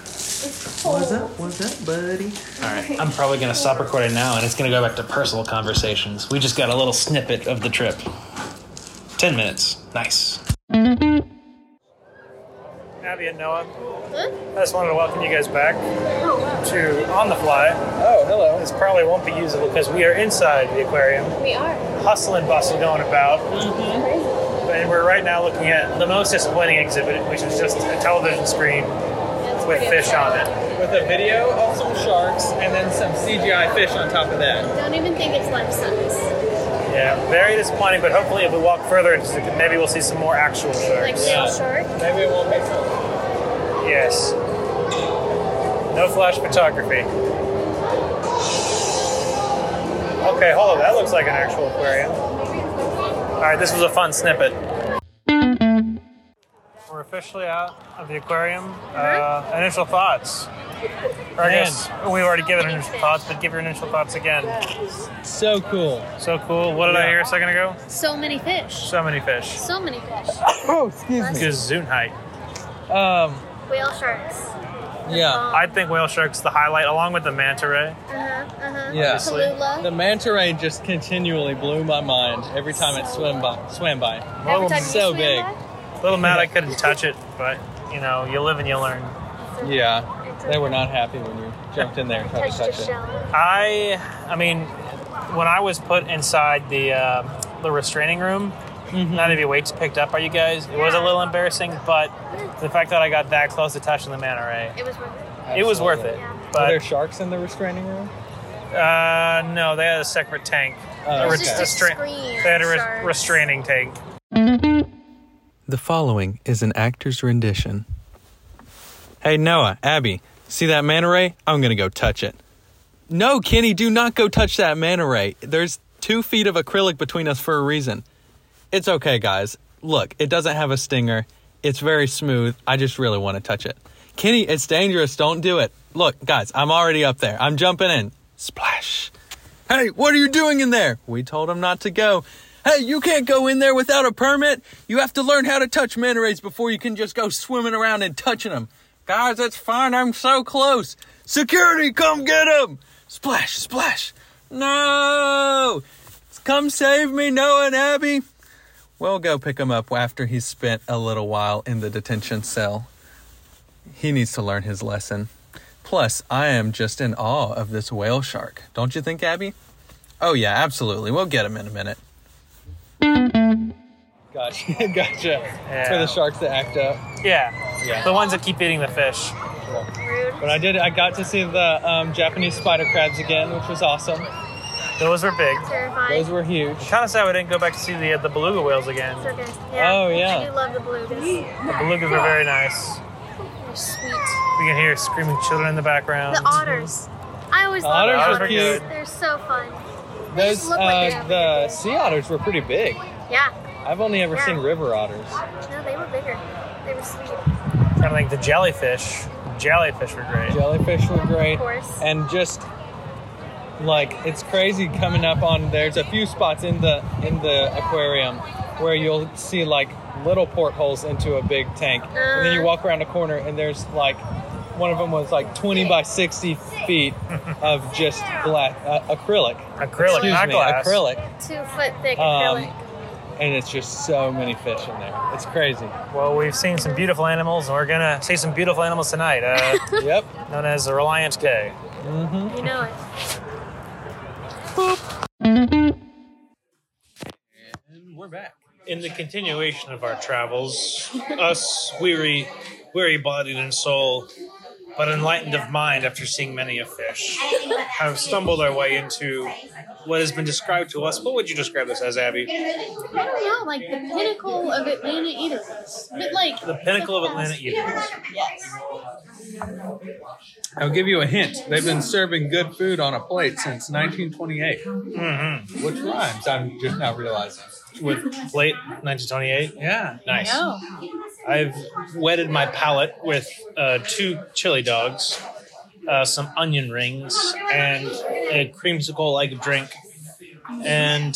Speaker 5: it's cold.
Speaker 1: What's up? What's up, buddy?
Speaker 2: All right, I'm probably gonna stop recording now, and it's gonna go back to personal conversations. We just got a little snippet of the trip. Ten minutes. Nice.
Speaker 9: Abby and Noah.
Speaker 5: Huh?
Speaker 9: I just wanted to welcome you guys back to On the Fly.
Speaker 2: Oh, hello.
Speaker 9: This probably won't be usable because we are inside the aquarium,
Speaker 5: We are. Mm-hmm.
Speaker 9: hustle and bustle going about. And we're right now looking at the most disappointing exhibit, which is just a television screen
Speaker 5: That's
Speaker 9: with
Speaker 5: pretty
Speaker 9: fish on
Speaker 5: upsetting.
Speaker 9: it.
Speaker 7: With a video of some sharks and then some CGI fish on top of that.
Speaker 5: Don't even think it's life size.
Speaker 9: Yeah, very disappointing, but hopefully if we walk further into it, maybe we'll see some more actual
Speaker 5: Like
Speaker 9: sharks.
Speaker 5: real shark.
Speaker 7: Maybe it won't be so.
Speaker 9: Yes. No flash photography. Okay, hold on. That looks like an actual aquarium. All right, this was a fun snippet. We're officially out of the aquarium. Uh, initial thoughts. Or I guess we've already given initial thoughts, but give your initial thoughts again.
Speaker 2: So cool.
Speaker 9: So cool. What did I
Speaker 2: Yeah.
Speaker 9: hear a second ago?
Speaker 5: So many fish.
Speaker 9: So many fish.
Speaker 5: So many fish.
Speaker 2: Oh, excuse
Speaker 9: Gesundheit.
Speaker 2: Um,
Speaker 5: Whale sharks. Um,
Speaker 1: Yeah.
Speaker 9: I think whale shark's the highlight, along with the manta ray.
Speaker 5: Uh huh. Uh huh.
Speaker 1: Yeah.
Speaker 5: Tallulah.
Speaker 1: The manta ray just continually blew my mind every time it swim by, swam by.
Speaker 5: Every time you
Speaker 1: so
Speaker 5: swim
Speaker 1: big.
Speaker 5: by,
Speaker 9: Little mad I couldn't touch it, but you know, you live and you learn.
Speaker 5: it's a-
Speaker 1: Yeah, they were not happy when you jumped in there and tried to
Speaker 5: Touched a
Speaker 1: touch it.
Speaker 5: shell.
Speaker 9: I, I mean, when I was put inside the uh, the restraining room,
Speaker 1: Mm-hmm.
Speaker 9: none of your weights picked up by you guys. It was a little embarrassing, but the fact that I got that close to touching the manta ray,
Speaker 5: It was worth it.
Speaker 9: it was worth it.
Speaker 5: Yeah.
Speaker 1: Were there
Speaker 9: But
Speaker 1: sharks in the restraining room?
Speaker 9: uh, no, they had a separate tank.
Speaker 1: Oh,
Speaker 9: A
Speaker 5: It
Speaker 9: re-
Speaker 5: was just a
Speaker 9: restra-
Speaker 5: screen
Speaker 9: they had a
Speaker 5: of
Speaker 9: re-
Speaker 5: sharks.
Speaker 9: restraining tank.
Speaker 6: The following is an actor's rendition.
Speaker 1: Hey, Noah, Abby, see that manta ray? I'm going to go touch it. No, Kenny, do not go touch that manta ray. There's two feet of acrylic between us for a reason. It's okay, guys. Look, it doesn't have a stinger. It's very smooth. I just really want to touch it. Kenny, it's dangerous. Don't do it. Look, guys, I'm already up there. I'm jumping in. Splash. Hey, what are you doing in there? We told him not to go. Hey, you can't go in there without a permit. You have to learn how to touch manta rays before you can just go swimming around and touching them. Guys, it's fine. I'm so close. Security, come get him. Splash, splash. No. Come save me, Noah and Abby. We'll go pick him up after he's spent a little while in the detention cell. He needs to learn his lesson. Plus, I am just in awe of this whale shark. Don't you think, Abby? Oh, yeah, absolutely. We'll get him in a minute. Gotcha. [LAUGHS] gotcha. It's For the sharks to act up.
Speaker 9: Yeah.
Speaker 1: Yeah.
Speaker 9: the ones that keep eating the fish.
Speaker 1: But I did, I got to see the um, Japanese spider crabs again, which was awesome.
Speaker 9: Those were big.
Speaker 5: Terrifying.
Speaker 1: Those were huge.
Speaker 9: Kind of sad we didn't go back to see the the beluga whales again.
Speaker 5: It's okay. Yeah.
Speaker 1: Oh, yeah.
Speaker 5: I do love the belugas.
Speaker 9: The belugas are very nice.
Speaker 5: They're sweet.
Speaker 9: We can hear screaming children in the background.
Speaker 5: The otters. I always love
Speaker 1: Otters
Speaker 9: are
Speaker 5: otters.
Speaker 9: cute.
Speaker 5: They're so fun.
Speaker 1: Those,
Speaker 5: look like
Speaker 1: uh,
Speaker 5: they
Speaker 1: the sea otters were pretty big.
Speaker 5: Yeah.
Speaker 1: I've only ever
Speaker 5: Yeah.
Speaker 1: seen river otters.
Speaker 5: No, they were bigger. They were sweet.
Speaker 9: I think the jellyfish. Jellyfish were great.
Speaker 1: Jellyfish were great.
Speaker 5: Of course.
Speaker 1: And just like it's crazy coming up on there's a few spots in the in the aquarium where you'll see like little portholes into a big tank. And then you
Speaker 5: Uh-huh.
Speaker 1: walk around a corner and there's like one of them was like 20 by 60 feet of just glass uh, acrylic.
Speaker 9: Acrylic,
Speaker 1: Excuse
Speaker 9: not
Speaker 1: me,
Speaker 9: glass.
Speaker 1: acrylic.
Speaker 5: Two foot thick
Speaker 1: Um,
Speaker 5: acrylic.
Speaker 1: And it's just so many fish in there. It's crazy.
Speaker 9: Well, we've seen some beautiful animals, and we're gonna see some beautiful animals
Speaker 1: [LAUGHS]
Speaker 9: tonight. Uh,
Speaker 1: yep.
Speaker 9: known as the Reliance K.
Speaker 5: You know it.
Speaker 9: We're back. In the continuation of our travels, us weary, weary bodied and soul, but enlightened of mind after seeing many a fish, have stumbled our way into what has been described to us. What would you describe this as, Abby?
Speaker 5: I don't know, like the pinnacle of Atlanta eateries. But like
Speaker 9: The pinnacle of Atlanta eateries.
Speaker 5: Yes.
Speaker 1: I'll give you a hint. They've been serving good food on a plate since 1928. Which rhymes, I'm just now realizing.
Speaker 9: with late 1928.
Speaker 1: Yeah.
Speaker 9: Nice. I've wetted my palate with uh, two chili dogs, uh, some onion rings, and a creamsicle like drink. And,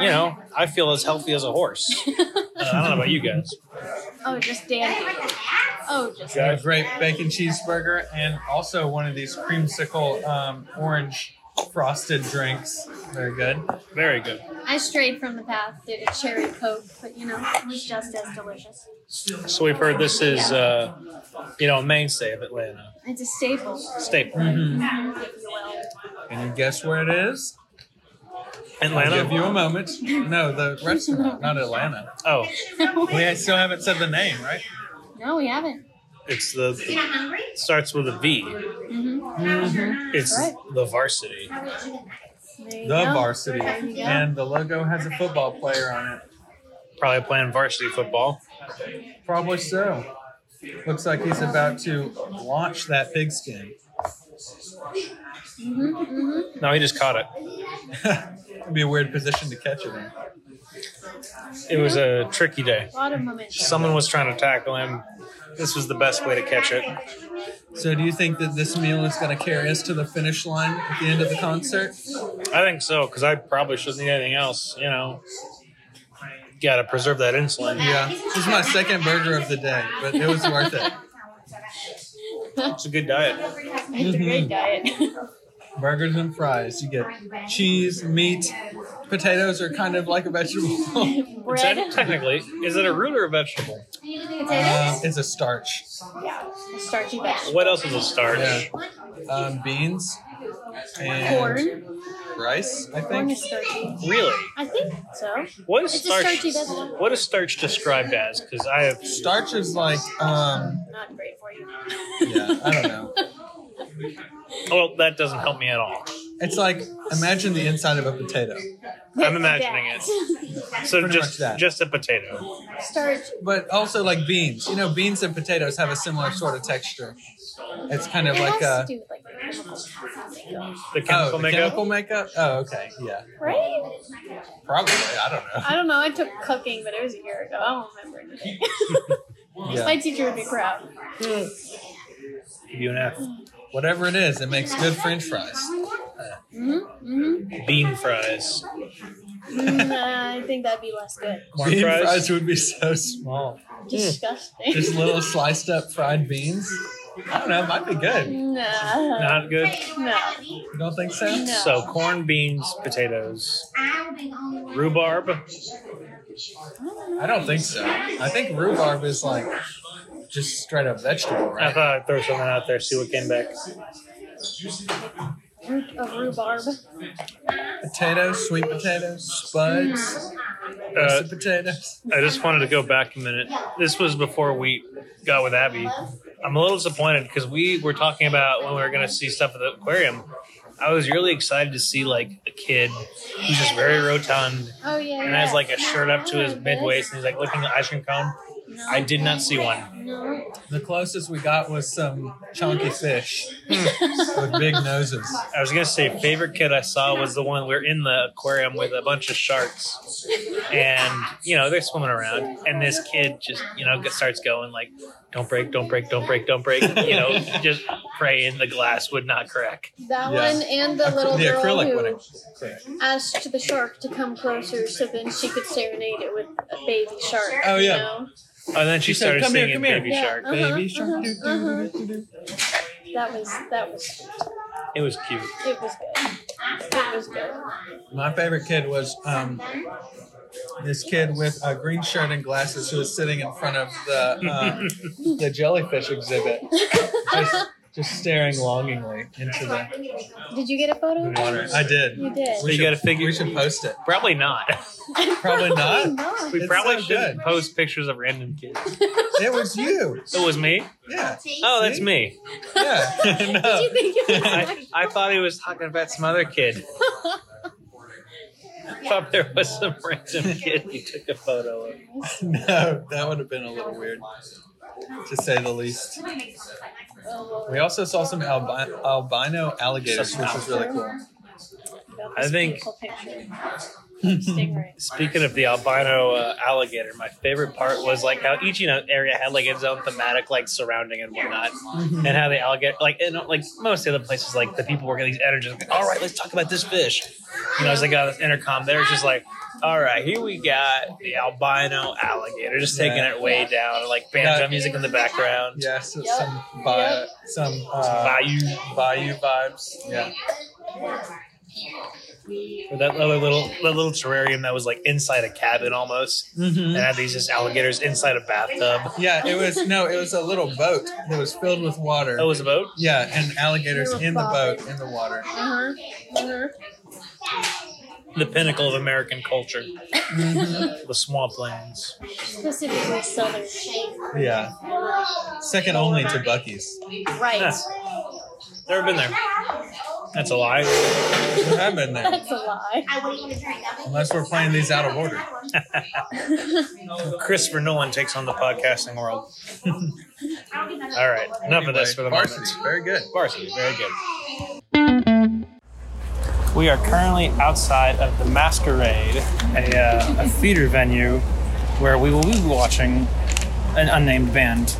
Speaker 9: you know, I feel as healthy as a horse. Uh, I don't know about you guys.
Speaker 5: Oh, just dandy. Oh, just
Speaker 1: Got a great bacon cheeseburger and also one of these creamsicle um, orange frosted drinks. Very good.
Speaker 9: Very good.
Speaker 5: I strayed from the path, did a cherry coke, but you know, it was just as delicious.
Speaker 9: So we've heard this is, uh, you know, a mainstay of Atlanta.
Speaker 5: It's a staple, if
Speaker 9: Staple.
Speaker 5: you will.
Speaker 1: Can you guess where it is? I'll give
Speaker 9: Atlanta?
Speaker 1: you a moment. No, the restaurant, not Atlanta.
Speaker 9: Oh,
Speaker 1: We still haven't said the name, right?
Speaker 5: No, we haven't.
Speaker 9: it's the, it starts with a V. It's
Speaker 5: Right.
Speaker 9: the varsity.
Speaker 5: There you
Speaker 1: The
Speaker 5: go.
Speaker 1: varsity.
Speaker 5: Yeah.
Speaker 1: And the logo has a football player on it.
Speaker 9: Probably playing varsity football.
Speaker 1: Probably so. Looks like he's about to launch that pigskin.
Speaker 9: No, he just caught it.
Speaker 1: It'd be a weird position to catch it in.
Speaker 9: it was a tricky day.
Speaker 4: A lot of momentum.
Speaker 9: Someone was trying to tackle him. This was the best way to catch it.
Speaker 1: So, do you think that this meal is going to carry us to the finish line at the end of the concert?
Speaker 9: I think so because I probably shouldn't eat anything else. You know, got to preserve that insulin.
Speaker 1: Yeah, this is my second burger of the day, but it was worth it.
Speaker 9: It's a good diet.
Speaker 7: It's a
Speaker 9: Mm-hmm.
Speaker 7: great
Speaker 5: [LAUGHS]
Speaker 7: diet.
Speaker 1: Burgers and fries. You get cheese, meat, potatoes are kind of like a vegetable. [LAUGHS]
Speaker 9: Is
Speaker 7: Bread.
Speaker 9: that technically is it a root or a vegetable? Uh,
Speaker 1: Um, it's a starch.
Speaker 7: Starchy vegetable.
Speaker 9: What else is a starch?
Speaker 1: Yeah. Um, beans and
Speaker 7: Corn.
Speaker 1: rice, I
Speaker 7: Corn
Speaker 1: think.
Speaker 7: is starchy.
Speaker 9: Really?
Speaker 7: I think so.
Speaker 9: What is
Speaker 7: It's a
Speaker 9: starch?
Speaker 7: starchy vegetable.
Speaker 9: What is starch described as? Because I have
Speaker 1: Starch is like, um,
Speaker 7: Not great for
Speaker 9: [LAUGHS]
Speaker 7: you.
Speaker 1: yeah, I don't know.
Speaker 9: well, that doesn't help me at all.
Speaker 1: It's like imagine the inside of a potato,
Speaker 9: I'm imagining it.
Speaker 7: [LAUGHS]
Speaker 9: So
Speaker 1: Pretty much
Speaker 9: just
Speaker 1: that.
Speaker 9: just a potato.
Speaker 7: Starch.
Speaker 1: but also like beans. You know, beans and potatoes have a similar sort of texture. It's kind
Speaker 7: It
Speaker 1: of like
Speaker 7: has
Speaker 1: a
Speaker 7: to do with like the chemicals.
Speaker 9: The
Speaker 1: oh,
Speaker 9: chemical
Speaker 1: the
Speaker 9: makeup.
Speaker 1: chemical makeup. Oh, okay, yeah,
Speaker 7: Right?
Speaker 1: probably. I don't
Speaker 7: I don't know. I took cooking, but it was a year ago. I don't remember
Speaker 1: [LAUGHS]
Speaker 7: anything.
Speaker 1: know. Yeah.
Speaker 7: My teacher would be proud.
Speaker 9: Give you an F.
Speaker 1: Whatever it is, it makes good French fries.
Speaker 7: hmm hmm
Speaker 9: Bean fries.
Speaker 7: I think that'd be less good.
Speaker 9: Corn
Speaker 1: Bean
Speaker 9: fries?
Speaker 1: fries would be so small.
Speaker 7: Disgusting.
Speaker 1: Just little sliced up fried beans. I don't know. It might be good.
Speaker 7: no.
Speaker 9: Not good.
Speaker 7: No.
Speaker 1: You don't think so?
Speaker 7: No.
Speaker 9: So corn, beans, potatoes,
Speaker 4: Rhubarb.
Speaker 9: rhubarb.
Speaker 1: I don't think so. I think rhubarb is like just straight up vegetable,
Speaker 9: I
Speaker 1: right?
Speaker 9: thought I'd throw something out there, see what came back.
Speaker 7: Root of rhubarb.
Speaker 1: Potatoes, sweet potatoes, spuds,
Speaker 9: Uh,
Speaker 1: roasted potatoes.
Speaker 9: I just wanted to go back a minute. This was before we got with Abby. I'm a little disappointed because we were talking about when we were going to see stuff at the aquarium. I was really excited to see like a kid who's just very rotund
Speaker 7: Oh yeah.
Speaker 9: and has like a shirt up to his mid waist and he's like looking at ice cream cone. I did not see one.
Speaker 1: The closest we got was some chunky fish with big noses.
Speaker 9: I was gonna say favorite kid I saw was the one we're in the aquarium with a bunch of sharks, and you know they're swimming around, and this kid just you know starts going like, "Don't break, don't break, don't break, don't break," you know, [LAUGHS] just praying the glass would not crack.
Speaker 7: That
Speaker 1: Yeah.
Speaker 7: one and the
Speaker 1: Ac-
Speaker 7: little
Speaker 1: the
Speaker 7: girl
Speaker 1: acrylic
Speaker 7: who
Speaker 1: one. Acrylic.
Speaker 7: asked the shark to come closer so then she could serenade it with a baby shark.
Speaker 1: Oh, yeah.
Speaker 7: You know?
Speaker 9: And then she,
Speaker 1: She said,
Speaker 9: started
Speaker 1: "Come here,
Speaker 9: singing
Speaker 1: come here."
Speaker 9: "Baby
Speaker 7: Yeah.
Speaker 9: Shark."
Speaker 7: Uh-huh,
Speaker 1: Baby shark.
Speaker 7: uh-huh,
Speaker 1: doo, doo, doo, doo,
Speaker 7: That was that was
Speaker 9: It was cute.
Speaker 7: it was good. It was good.
Speaker 1: doo. My favorite kid was um, this kid with a green shirt and glasses who was sitting in front of the
Speaker 9: [LAUGHS]
Speaker 1: um, the jellyfish exhibit, just just staring longingly into the
Speaker 7: [LAUGHS] Did you get a photo?
Speaker 1: water. I did.
Speaker 7: You did.
Speaker 9: So you got to figure.
Speaker 1: We should post it.
Speaker 9: Probably not.
Speaker 1: Probably
Speaker 7: [LAUGHS]
Speaker 1: not.
Speaker 9: We
Speaker 1: It's
Speaker 9: probably
Speaker 1: so
Speaker 9: shouldn't
Speaker 1: good.
Speaker 9: post pictures of random kids.
Speaker 1: It was you.
Speaker 9: It was me.
Speaker 7: [LAUGHS]
Speaker 1: Yeah.
Speaker 9: Oh, that's me.
Speaker 1: Yeah.
Speaker 9: [LAUGHS]
Speaker 7: Did you
Speaker 1: no.
Speaker 7: think it was
Speaker 9: I, I thought he was talking about some other kid.
Speaker 1: [LAUGHS]
Speaker 9: I thought there was some random kid he took a photo of.
Speaker 1: No, that would have been a little weird, to say the least.
Speaker 7: Oh,
Speaker 1: We also saw some albi- albino alligators, which was really cool.
Speaker 9: I think-
Speaker 7: Beautiful picture. Stingray.
Speaker 9: Speaking of the albino uh, alligator, my favorite part was like how each you know area had like its own thematic like surrounding and whatnot, and how the alligator like and, like most of the places like the people working these editors like all right let's talk about this fish, you know as they got on this intercom they were just like all right here we got the albino alligator just taking
Speaker 1: Yeah.
Speaker 9: it way down like banjo music in the background.
Speaker 1: Yes, yeah, so some bi- some uh,
Speaker 9: Bayou.
Speaker 1: bayou vibes. Yeah.
Speaker 9: Or that other little that little terrarium that was like inside a cabin almost, and had these just alligators inside a bathtub.
Speaker 1: Yeah, it was no, it was a little boat that was filled with water.
Speaker 9: That was a boat.
Speaker 1: Yeah, and alligators in the boat in the water.
Speaker 7: Uh-huh. Uh-huh.
Speaker 9: The pinnacle of American culture, the swamplands.
Speaker 7: Specifically southern.
Speaker 1: Yeah, second only to Bucky's.
Speaker 7: Right.
Speaker 9: Never been there. That's a lie.
Speaker 1: I've been there.
Speaker 7: That's a lie.
Speaker 1: Unless we're playing these out of order.
Speaker 9: [LAUGHS] Christopher Nolan takes on the podcasting world.
Speaker 1: [LAUGHS]
Speaker 9: All right, enough of this for the
Speaker 1: Varsity,
Speaker 9: moment.
Speaker 1: Very good.
Speaker 9: Varsity, very good. We are currently outside of the Masquerade, a, uh, a theater venue where we will be watching an unnamed band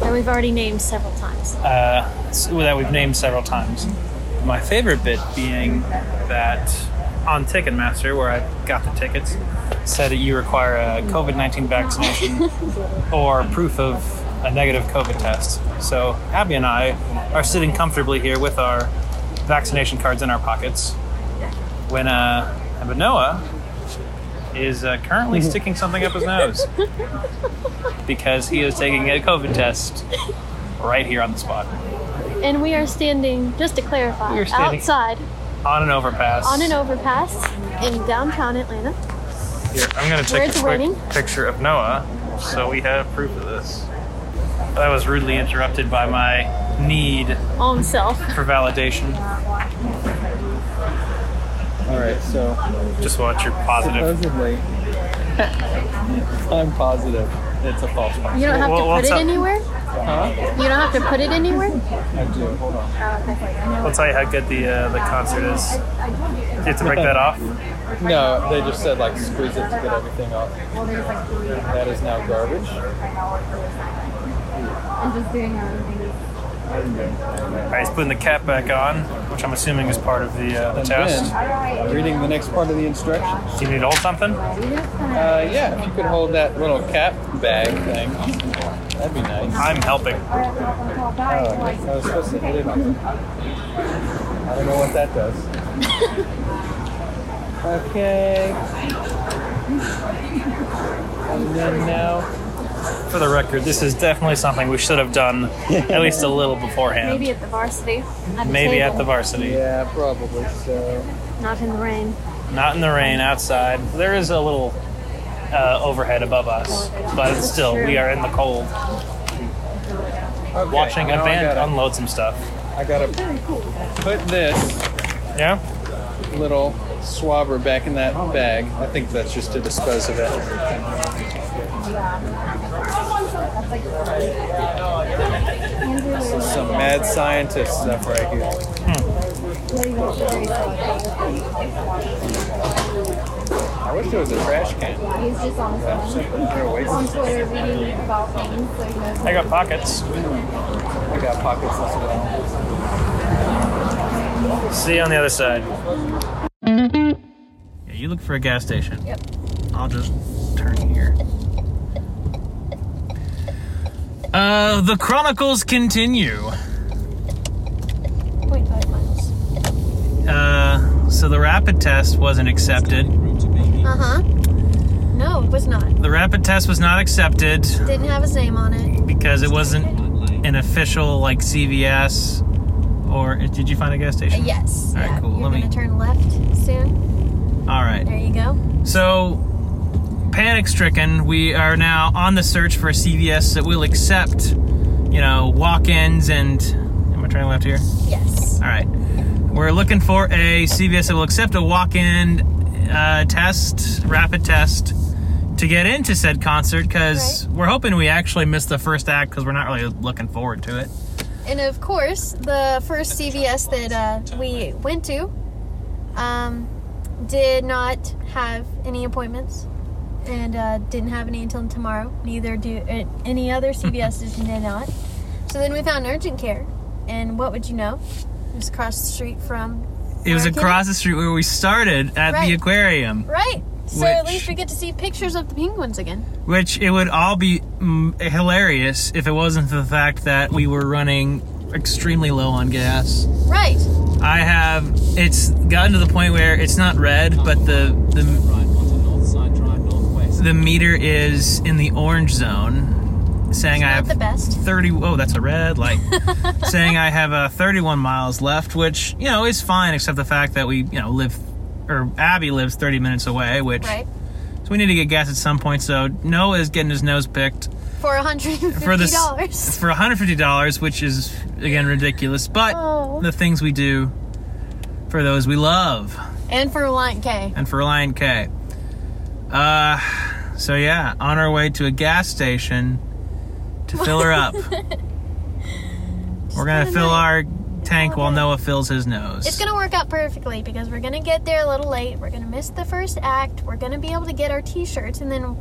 Speaker 7: That we've already named several times.
Speaker 9: uh, s- that we've named several times. My favorite bit being that on Ticketmaster, where I got the tickets, said that you require a COVID 19 vaccination or proof of a negative COVID test. So Abby and I are sitting comfortably here with our vaccination cards in our pockets when uh, Abanoa is uh, currently sticking something up his nose because he is taking a COVID test right here on the spot.
Speaker 7: And we are standing, just to clarify,
Speaker 9: We are standing-
Speaker 7: outside
Speaker 9: on an overpass.
Speaker 7: on an overpass in downtown Atlanta.
Speaker 9: Here, I'm gonna take
Speaker 7: Where's
Speaker 9: a
Speaker 7: the
Speaker 9: quick
Speaker 7: warning?
Speaker 9: picture of Noah, so we have proof of this. I was rudely interrupted by my need
Speaker 7: All himself.
Speaker 9: for validation.
Speaker 3: All right, so
Speaker 9: Just want your positive.
Speaker 3: supposedly, I'm positive it's a false one.
Speaker 7: You don't have
Speaker 9: Well,
Speaker 7: to put
Speaker 9: what's
Speaker 7: it
Speaker 9: up?
Speaker 7: anywhere?
Speaker 3: Huh?
Speaker 7: You don't have to put it anywhere?
Speaker 3: I do. Hold on.
Speaker 9: I'll tell you how good the uh, the concert is. Do you have to break that off?
Speaker 3: No, Uh, they just said like squeeze it to get everything off. That is now garbage.
Speaker 9: All right, he's putting the cap back on, which I'm assuming is part of the, uh, the
Speaker 3: And
Speaker 9: test.
Speaker 3: then, reading the next part of the instructions.
Speaker 9: Do you need to hold something?
Speaker 3: Uh, yeah, if you could hold that little cap bag thing, that'd be nice.
Speaker 9: I'm helping. Uh,
Speaker 3: Oh, I guess I was supposed to hit it. I don't know what that does. okay. And then now.
Speaker 9: For the record, this is definitely something we should have done at least a little beforehand.
Speaker 7: Maybe at the varsity.
Speaker 9: Maybe at the varsity.
Speaker 3: Yeah, probably so.
Speaker 7: Not in the rain.
Speaker 9: Not in the rain outside. There is a little uh, overhead above us, but still, we are in the cold
Speaker 3: Okay,
Speaker 9: watching a
Speaker 3: now I
Speaker 9: band
Speaker 3: gotta-
Speaker 9: unload some stuff.
Speaker 3: I gotta put this
Speaker 9: Yeah?
Speaker 3: little swabber back in that bag. I think that's just to dispose of it. This is some mad scientist stuff right here. I wish there was a trash can.
Speaker 9: I got pockets.
Speaker 3: I got pockets as well.
Speaker 9: See you on the other side. Yeah, you look for a gas station. Yep. I'll just turn here. Uh, the chronicles continue.
Speaker 7: 0.5 miles.
Speaker 9: Uh, so the rapid test wasn't accepted.
Speaker 7: Uh huh. No, it was not.
Speaker 9: The rapid test was not accepted
Speaker 7: Didn't have his name on it.
Speaker 9: because it wasn't an official like CVS or did you find a gas station?
Speaker 7: Yes.
Speaker 9: All right,
Speaker 7: yeah.
Speaker 9: cool.
Speaker 7: You're
Speaker 9: Let me-
Speaker 7: gonna turn left soon.
Speaker 9: All right.
Speaker 7: There you go.
Speaker 9: So, panic stricken, we are now on the search for a CVS that will accept, you know, walk ins and. Am I turning left here?
Speaker 7: Yes.
Speaker 9: All right. We're looking for a CVS that will accept a walk in uh, test, rapid test, to get into said concert because we're hoping we actually miss the first act because we're not really looking forward to it.
Speaker 7: And of course, the first CVS that uh, we went to um, did not have any appointments and uh, didn't have any until tomorrow. Neither do uh, any
Speaker 9: [LAUGHS]
Speaker 7: other CVSs did not. So then we found urgent care, and what would you know? It was across the street from.
Speaker 9: It was
Speaker 7: our kitty.
Speaker 9: across the street where we started at the
Speaker 7: Right.
Speaker 9: aquarium,
Speaker 7: Right. So at
Speaker 9: Which-
Speaker 7: least we get to see pictures of the penguins again.
Speaker 9: which it would all be mm, hilarious if it wasn't for the fact that we were running extremely low on gas.
Speaker 7: Right.
Speaker 9: I have it's gotten to the point where it's not red, but the the the meter is in the orange zone, saying I
Speaker 7: Not the
Speaker 9: have
Speaker 7: best.
Speaker 9: 30. Oh, that's a
Speaker 7: [LAUGHS]
Speaker 9: red light. saying I have uh, 31 miles left, which you know is fine, except the fact that we you know live, or Abby lives 30 minutes away, which
Speaker 7: Right.
Speaker 9: so we need to get gas at some point. So Noah is getting his nose picked
Speaker 7: For $150.
Speaker 9: for this for 150 dollars, which is again ridiculous, but
Speaker 7: Oh.
Speaker 9: the things we do for those we love
Speaker 7: [LAUGHS] and for Reliant K.
Speaker 9: and for Lion K. Uh, so yeah, on our way to a gas station to fill
Speaker 7: [LAUGHS]
Speaker 9: her up. We're gonna
Speaker 7: kinda
Speaker 9: fill
Speaker 7: nice.
Speaker 9: our tank while Noah fills his nose.
Speaker 7: It's gonna work out perfectly because we're gonna get there a little late. We're gonna miss the first act. We're gonna be able to get our T-shirts, and then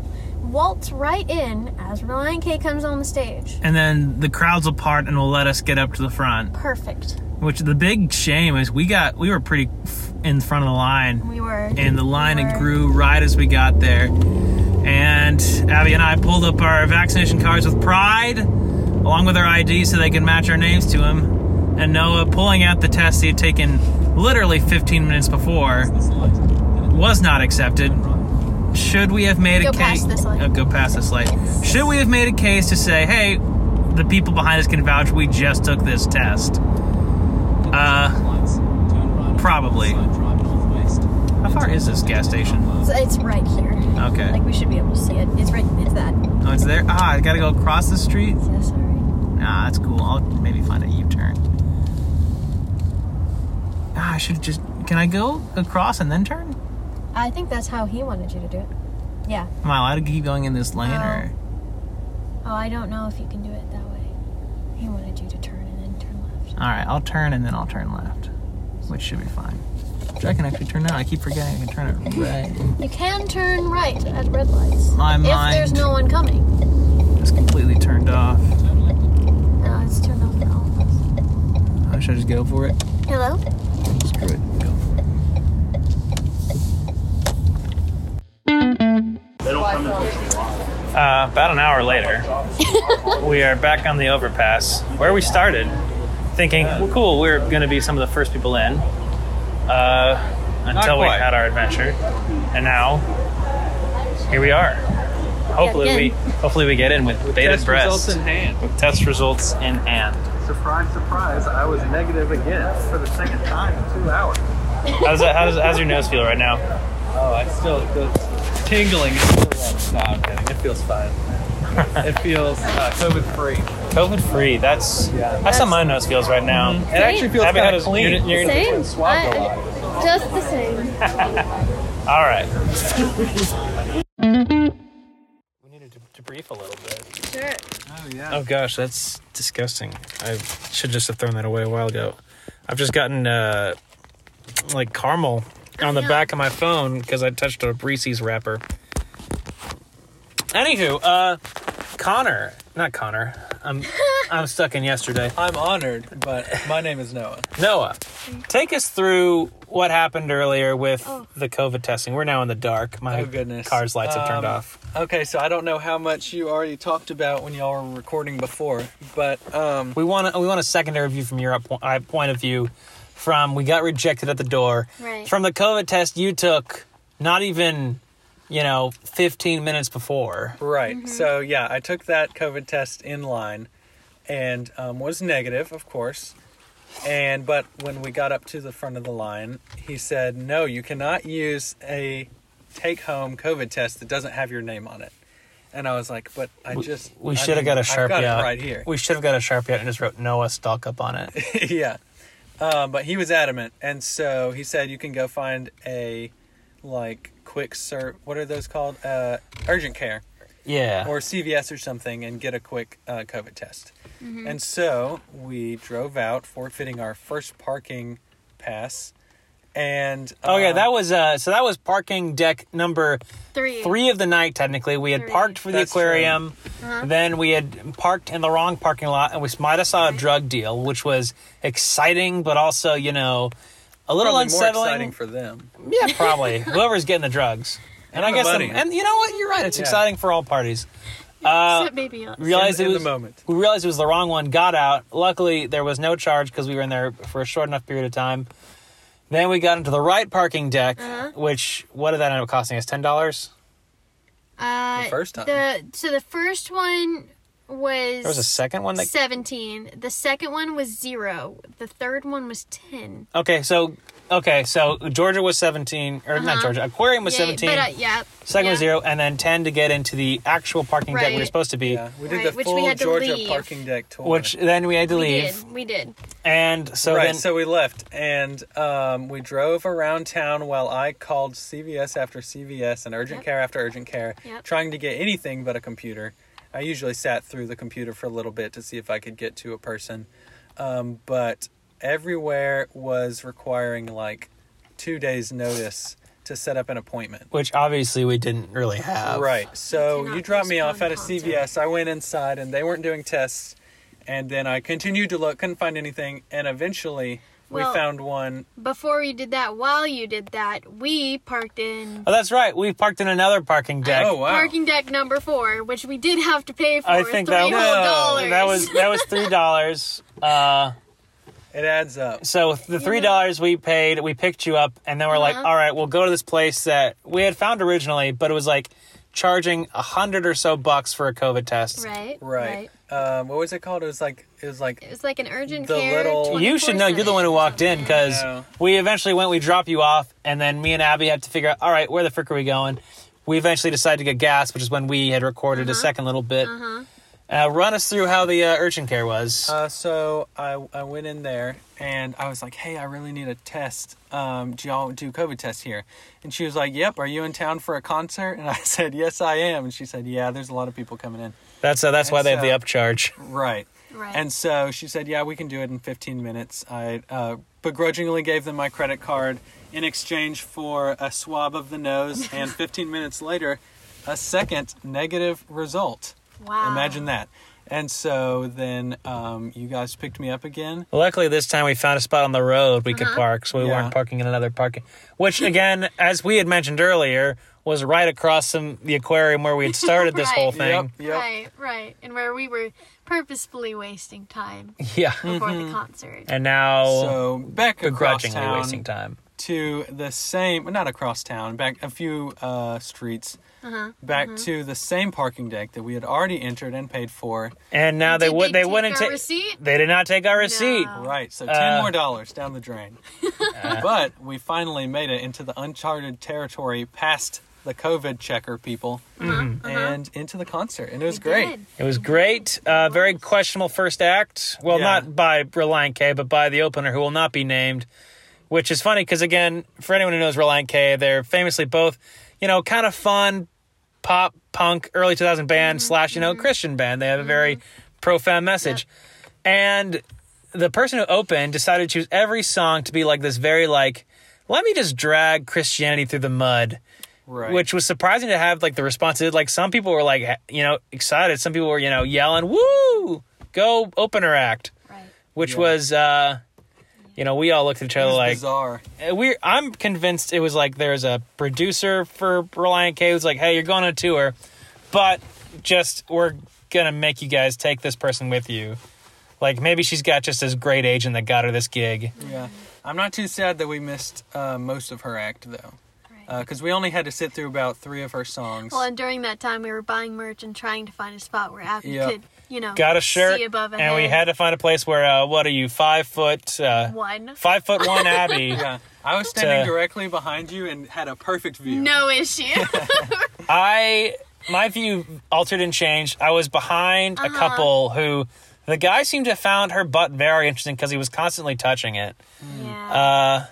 Speaker 7: waltz right in as Reliant K comes on the stage.
Speaker 6: And then the crowds will part and will let us get up to the front.
Speaker 7: Perfect.
Speaker 6: Which the big shame is we got we were pretty f- in front of the line.
Speaker 7: We were.
Speaker 6: and the line
Speaker 7: we
Speaker 6: it
Speaker 7: were-
Speaker 6: grew right as we got there. And Abby and I pulled up our vaccination cards with pride, along with our ID, so they could match our names to them. And Noah pulling out the test he had taken literally 15 minutes before was not accepted. Should we have made
Speaker 7: Go
Speaker 6: a case?
Speaker 7: past this light.
Speaker 6: Oh, go past this light. Should we have made a case to say, hey, the people behind us can vouch we just took this test? Uh, probably. how far is this gas station?
Speaker 7: It's, it's right here.
Speaker 6: Okay.
Speaker 7: Like we should be able to see it. It's right. It's that.
Speaker 6: Oh, it's there. Ah, I gotta go across the street.
Speaker 7: Yeah, sorry.
Speaker 6: Ah, that's cool. I'll maybe find a U-turn. Ah, I should just. Can I go across and then turn?
Speaker 7: I think that's how he wanted you to do it. Yeah.
Speaker 6: Am I allowed to keep going in this lane, or
Speaker 7: Oh, I don't know if you can do it that way. He wanted you to turn and then turn left.
Speaker 6: all right? I'll turn and then I'll turn left, which should be fine. Which I can actually turn now. I keep forgetting I can turn it right.
Speaker 7: You can turn right at red lights.
Speaker 6: My mind
Speaker 7: If there's no one coming.
Speaker 6: is completely turned off.
Speaker 7: No, it's turned off for all of us.
Speaker 6: Oh, should I just go for it?
Speaker 7: Hello?
Speaker 6: Screw it. Go for it.
Speaker 2: Uh, about an hour later, we are back on the overpass where we started, thinking, well, cool, we're going to be some of the first people in uh, until we
Speaker 3: quite.
Speaker 2: had our adventure. And now, here we are. Hopefully,
Speaker 7: Got
Speaker 2: we
Speaker 7: in.
Speaker 2: hopefully we get in with bated
Speaker 3: Test results
Speaker 2: breath,
Speaker 3: in hand.
Speaker 2: with test results in hand.
Speaker 3: Surprise, surprise, I was negative again for the second time in two hours.
Speaker 2: How's that, how does, how's your nose feel right now?
Speaker 3: Oh, I still it feels tingling. It's still wrong. No, I'm kidding. It feels fine. it feels uh, COVID free.
Speaker 2: COVID free. That's
Speaker 3: Yeah.
Speaker 2: that's how my nose feels right now.
Speaker 3: It actually feels
Speaker 2: Abby, how
Speaker 3: kind of
Speaker 2: does-
Speaker 3: clean.
Speaker 2: you're- you're-
Speaker 3: It's been swabbed a
Speaker 10: I-
Speaker 3: lot.
Speaker 10: Just the same.
Speaker 2: All right.
Speaker 6: We needed to debrief a little bit.
Speaker 10: Sure.
Speaker 3: Oh yeah.
Speaker 2: Oh gosh, that's disgusting. I should just have thrown that away a while ago. I've just gotten uh, like caramel on the
Speaker 10: yeah.
Speaker 2: back of my phone because I touched a Reese's wrapper. Anywho, uh, Connor, not Connor. I'm I'm stuck in yesterday.
Speaker 3: I'm honored, but my name is Noah.
Speaker 2: Noah, take us through what happened earlier with
Speaker 7: Oh.
Speaker 2: the COVID testing. We're now in the dark. My
Speaker 3: Oh, goodness.
Speaker 2: car's lights have turned
Speaker 3: Um,
Speaker 2: off.
Speaker 3: Okay, so I don't know how much you already talked about when y'all were recording before, but um,
Speaker 2: We want a, we want a secondary view from your po- uh, point of view. From we got rejected at the door.
Speaker 7: Right.
Speaker 2: From the COVID test you took, not even, you know, fifteen minutes before.
Speaker 3: right. So yeah, I took that COVID test in line, and um, was negative, of course. And but when we got up to the front of the line, he said, "No, you cannot use a take-home COVID test that doesn't have your name on it." And I was like, "But I just
Speaker 2: We
Speaker 3: I
Speaker 2: should have
Speaker 3: mean,
Speaker 2: got a
Speaker 3: I've
Speaker 2: sharpie
Speaker 3: it
Speaker 2: out
Speaker 3: right here."
Speaker 2: We should have got a sharpie out and just wrote Noah stalk up on it.
Speaker 3: [LAUGHS] yeah. Um, but he was adamant, and so he said you can go find a like quick serve. What are those called? Uh, urgent care
Speaker 2: Yeah.
Speaker 3: or CVS or something, and get a quick uh, COVID test.
Speaker 7: Mm-hmm.
Speaker 3: And so we drove out, forfeiting our first parking pass. And
Speaker 2: oh yeah,
Speaker 3: um,
Speaker 2: that was uh. So that was parking deck number
Speaker 7: Three.
Speaker 2: three of the night. Technically, we had
Speaker 7: Three. Uh-huh.
Speaker 2: parked for the
Speaker 3: That's
Speaker 2: aquarium. Then we had parked in the wrong parking lot, and we might have saw a drug deal, which was exciting, but also you know. A little
Speaker 3: probably more
Speaker 2: unsettling.
Speaker 3: exciting for them.
Speaker 2: Yeah,
Speaker 3: [LAUGHS]
Speaker 2: probably. Whoever's getting the drugs. And, I
Speaker 3: the
Speaker 2: guess,
Speaker 3: money.
Speaker 2: and you know what? You're right. It's
Speaker 3: Yeah.
Speaker 2: exciting for all parties.
Speaker 7: Except maybe us.
Speaker 2: Realized
Speaker 3: in
Speaker 2: it
Speaker 3: the
Speaker 2: was
Speaker 3: moment.
Speaker 2: We realized it was the wrong one. Got out. Luckily, there was no charge because we were in there for a short enough period of time. Then we got into the right parking deck,
Speaker 7: Uh-huh.
Speaker 2: which what did that end up costing us? Ten dollars.
Speaker 7: Uh,
Speaker 3: The first time.
Speaker 7: The, so the first one was,
Speaker 2: There was a second one that.
Speaker 7: 17. The second one was zero. The third one was 10.
Speaker 2: Okay, so okay, so Georgia was seventeen, or not Georgia. Aquarium was
Speaker 7: Yay,
Speaker 2: seventeen.
Speaker 7: But, uh, Uh-huh. yeah.
Speaker 2: Second
Speaker 7: yeah.
Speaker 2: was zero, and then ten to get into the actual parking deck we were
Speaker 7: Right.
Speaker 2: supposed to be.
Speaker 3: Yeah, we did
Speaker 7: Right,
Speaker 3: the
Speaker 7: which we
Speaker 3: full
Speaker 7: had to
Speaker 3: Georgia
Speaker 7: leave.
Speaker 3: parking deck tour.
Speaker 2: Which then we had to
Speaker 7: We
Speaker 2: leave,
Speaker 7: did. We did.
Speaker 2: and so
Speaker 3: right,
Speaker 2: then
Speaker 3: so we left and um, we drove around town while I called CVS after CVS and urgent
Speaker 7: Yep.
Speaker 3: care after urgent care,
Speaker 7: Yep.
Speaker 3: trying to get anything but a computer. I usually sat through the computer for a little bit to see if I could get to a person, um, but everywhere was requiring like two days' notice to set up an appointment.
Speaker 2: Which obviously we didn't really have.
Speaker 3: Right. So
Speaker 7: cannot
Speaker 3: Oh, you dropped me off
Speaker 7: postpone
Speaker 3: at a
Speaker 7: concert.
Speaker 3: CVS. I went inside and they weren't doing tests. And then I continued to look, couldn't find anything. And eventually
Speaker 7: Well-
Speaker 3: we found one.
Speaker 7: Before you did that, while you did that, we parked in
Speaker 2: Oh, that's right. We parked in another parking deck.
Speaker 3: Oh, wow.
Speaker 7: parking deck number four, which we did have to pay for.
Speaker 2: I think
Speaker 7: three
Speaker 2: that,
Speaker 7: whole dollars.
Speaker 2: that was that was three dollars. Uh,
Speaker 3: It adds up.
Speaker 2: so the three dollars we paid, we picked you up, and then we're like, all right, we'll go to this place that we had found originally, but it was like charging a hundred or so bucks for a COVID test.
Speaker 7: [LAUGHS] right.
Speaker 3: Right. Um, what was it called? It was like it was like
Speaker 7: It was like an urgent
Speaker 3: The
Speaker 7: care.
Speaker 3: little-
Speaker 2: You should know you're the one who walked in because
Speaker 3: Yeah.
Speaker 2: we eventually went, we drop you off, and then me and Abby had to figure out, all right, where the frick are we going? We eventually decided to get gas, which is when we had recorded a second little bit. uh run us through how the uh, urgent care was.
Speaker 3: uh, so I I went in there and I was like, hey, I really need a test. Um, do y'all do COVID tests here? And she was like, yep. Are you in town for a concert? And I [LAUGHS] said, yes, I am. And she said, yeah, there's a lot of people coming in.
Speaker 2: that's uh, that's why
Speaker 3: and
Speaker 2: they have the
Speaker 3: so-
Speaker 2: upcharge.
Speaker 3: Right.
Speaker 7: Right.
Speaker 3: And so she said, yeah, we can do it in 15 minutes. I uh, begrudgingly gave them my credit card in exchange for a swab of the nose, and 15 minutes later, a second negative result.
Speaker 7: wow.
Speaker 3: Imagine that. And so then um, you guys picked me up again.
Speaker 2: Luckily, this time we found a spot on the road we
Speaker 7: Uh-huh.
Speaker 2: could park, so we
Speaker 3: Yeah.
Speaker 2: weren't parking in another parking. Which, again, as we had mentioned earlier, was right across from the aquarium where we had started this
Speaker 7: [LAUGHS] Right.
Speaker 2: whole thing.
Speaker 3: Yep, yep.
Speaker 7: Right, right, and where we were purposefully wasting time
Speaker 2: Yeah.
Speaker 7: before
Speaker 2: [LAUGHS]
Speaker 7: the concert.
Speaker 2: Mm. And now,
Speaker 3: So back
Speaker 2: Oh,
Speaker 3: across
Speaker 2: begrudgingly
Speaker 3: town
Speaker 2: wasting time.
Speaker 3: to the same, not across town, back a few uh, streets, back to the same parking deck that we had already entered and paid for.
Speaker 2: And now they
Speaker 7: Did
Speaker 2: would they
Speaker 7: take
Speaker 2: wouldn't
Speaker 7: our
Speaker 2: take
Speaker 7: receipt.
Speaker 2: They did not take our receipt.
Speaker 7: No.
Speaker 3: Right, so ten
Speaker 2: Uh,
Speaker 3: more dollars down the drain. but we finally made it into the uncharted territory, past the COVID checker people, and into the concert, and it was great.
Speaker 7: Good.
Speaker 2: It was great. Uh, very questionable first act. Well,
Speaker 3: Yeah.
Speaker 2: not by Reliant K, but by the opener, who will not be named. Which is funny because again, for anyone who knows Reliant K, they're famously both, you know, kind of fun pop punk early 2000 band slash you know Christian band. They have a very profound message, and the person who opened decided to choose every song to be like this very like, let me just drag Christianity through the mud.
Speaker 3: Right,
Speaker 2: which was surprising to have like the response. It- Like some people were like ha- you know excited, some people were you know yelling, "Woo, go opener act,"
Speaker 7: Right.
Speaker 2: which
Speaker 3: Yeah.
Speaker 2: was uh, you know we all looked at each
Speaker 3: It
Speaker 2: other
Speaker 3: was
Speaker 2: like
Speaker 3: bizarre.
Speaker 2: we. I'm convinced it was like there's a producer for Reliant K who's like, "Hey, you're going on a tour, but just we're gonna make you guys take this person with you." Like maybe she's got just this great agent that got her this gig.
Speaker 3: Yeah, I'm not too sad that we missed uh, most of her act though,
Speaker 7: Right.
Speaker 3: because we only had to sit through about three of her songs.
Speaker 7: Well, and during that time, we were buying merch and trying to find a spot where Abby
Speaker 3: Yep.
Speaker 7: could, you know,
Speaker 2: Got a shirt,
Speaker 7: see above a
Speaker 2: and we
Speaker 7: head.
Speaker 2: had to find a place where uh, what are you five foot uh,
Speaker 7: one.
Speaker 2: Five foot
Speaker 3: [LAUGHS]
Speaker 2: one Abby.
Speaker 3: yeah, I was standing
Speaker 2: to-
Speaker 3: directly behind you and had a perfect
Speaker 7: [LAUGHS]
Speaker 3: view.
Speaker 7: No issue.
Speaker 3: [LAUGHS]
Speaker 2: I my view altered and changed. I was behind a couple who the guy seemed to have found her butt very interesting because he was constantly touching it.
Speaker 7: yeah.
Speaker 2: Uh,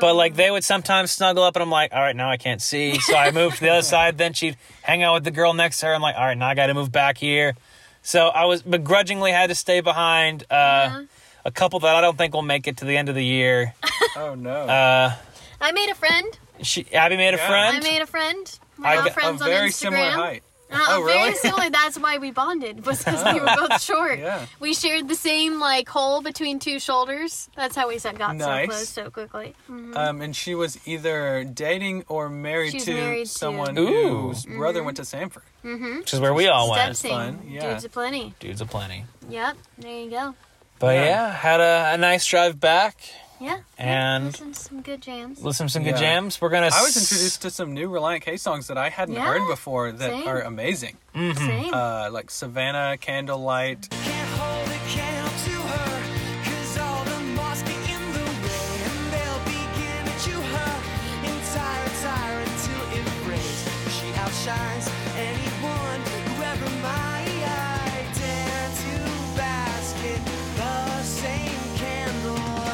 Speaker 2: but like they would sometimes snuggle up, and I'm like, all right, now I can't see. So I moved to the other side. Then she'd hang out with the girl next to her. I'm like, all right, now I got to move back here. So I was begrudgingly had to stay behind uh, a couple that I don't think will make it to the end of the year.
Speaker 3: Oh no.
Speaker 2: Uh,
Speaker 7: I made a friend.
Speaker 2: she Abby made a
Speaker 3: Yeah.
Speaker 2: friend.
Speaker 7: I made a friend. We're
Speaker 2: I
Speaker 7: all
Speaker 2: got-
Speaker 3: a
Speaker 7: friends on
Speaker 3: very
Speaker 7: Instagram.
Speaker 3: similar height.
Speaker 7: Uh,
Speaker 3: Oh, really?
Speaker 7: Very
Speaker 3: [LAUGHS]
Speaker 7: similar. That's why we bonded was because we were both short.
Speaker 3: Yeah.
Speaker 7: We shared the same like hole between two shoulders. That's how we got so
Speaker 3: Nice.
Speaker 7: close so quickly. Mhm.
Speaker 3: Um, and she was either dating or married
Speaker 7: She's
Speaker 3: to
Speaker 7: married to- Mm-hmm.
Speaker 3: someone
Speaker 2: Ooh.
Speaker 3: whose brother went to Sanford.
Speaker 2: which is where we all
Speaker 7: Step
Speaker 2: went.
Speaker 7: scene.
Speaker 3: fun, yeah.
Speaker 7: Dudes aplenty.
Speaker 2: Dudes a plenty.
Speaker 7: Yep. There you go.
Speaker 2: But yeah,
Speaker 3: Yeah.
Speaker 2: had a, a nice drive back.
Speaker 7: Yeah.
Speaker 2: And-
Speaker 7: yeah. listen to some good jams.
Speaker 2: Listen to some good
Speaker 3: Yeah.
Speaker 2: jams. We're gonna.
Speaker 3: I was introduced to some new Reliant K songs that I hadn't
Speaker 7: Yeah,
Speaker 3: heard before that
Speaker 7: same.
Speaker 3: are amazing,
Speaker 7: Same.
Speaker 3: uh, like Savannah, Candlelight.
Speaker 11: Can't hold a candle to her, 'cause all the moss get in the way, and they'll begin to chew her entire tyrant to embrace. She outshines anyone who ever might dare to bask in the same candlelight.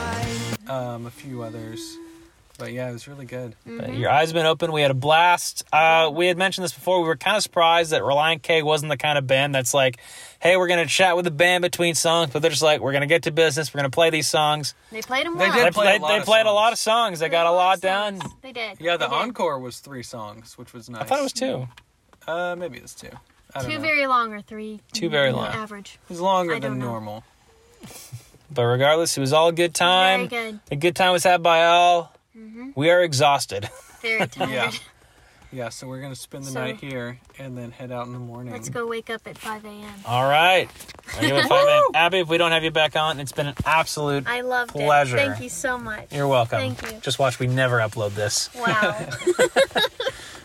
Speaker 3: um, a few others. But yeah, it was really good.
Speaker 7: Mm-hmm.
Speaker 2: But your eyes have been open. We had a blast. Uh, we had mentioned this before. We were kind of surprised that Reliant K wasn't the kind of band that's like, hey, we're going to chat with the band between songs, but they're just like, we're going to get to business. We're going to play these songs.
Speaker 7: They played them
Speaker 3: They
Speaker 7: well.
Speaker 3: did
Speaker 2: They,
Speaker 3: play
Speaker 2: they,
Speaker 3: a lot
Speaker 2: they
Speaker 3: of
Speaker 2: played a
Speaker 3: songs.
Speaker 2: lot of songs. They got a lot done.
Speaker 7: They did.
Speaker 3: Yeah,
Speaker 7: They
Speaker 3: the
Speaker 7: did. Mm-hmm.
Speaker 3: encore was three songs, which was nice.
Speaker 2: I thought it was two.
Speaker 3: Uh, maybe it's two. I don't
Speaker 7: Two
Speaker 3: know.
Speaker 7: very long or three.
Speaker 2: Two very long.
Speaker 7: Average.
Speaker 3: it was longer
Speaker 7: I
Speaker 3: than
Speaker 7: don't know.
Speaker 3: normal.
Speaker 2: But regardless, it was all a good time.
Speaker 7: Very good.
Speaker 2: A good time was had by all.
Speaker 7: Mm-hmm.
Speaker 2: We are exhausted. [LAUGHS]
Speaker 7: Very tired.
Speaker 3: [LAUGHS] Yeah. Yeah, so we're gonna spend the
Speaker 7: So-
Speaker 3: night here and then head out in the morning.
Speaker 7: Let's go wake up at 5 a.m.
Speaker 2: All right. I give it five minutes. Abby, if we don't have you back on, it's been an absolute.
Speaker 7: I loved
Speaker 2: Pleasure.
Speaker 7: it. Thank you so much.
Speaker 2: You're welcome.
Speaker 7: Thank you.
Speaker 2: Just watch. We never upload this.
Speaker 7: Wow.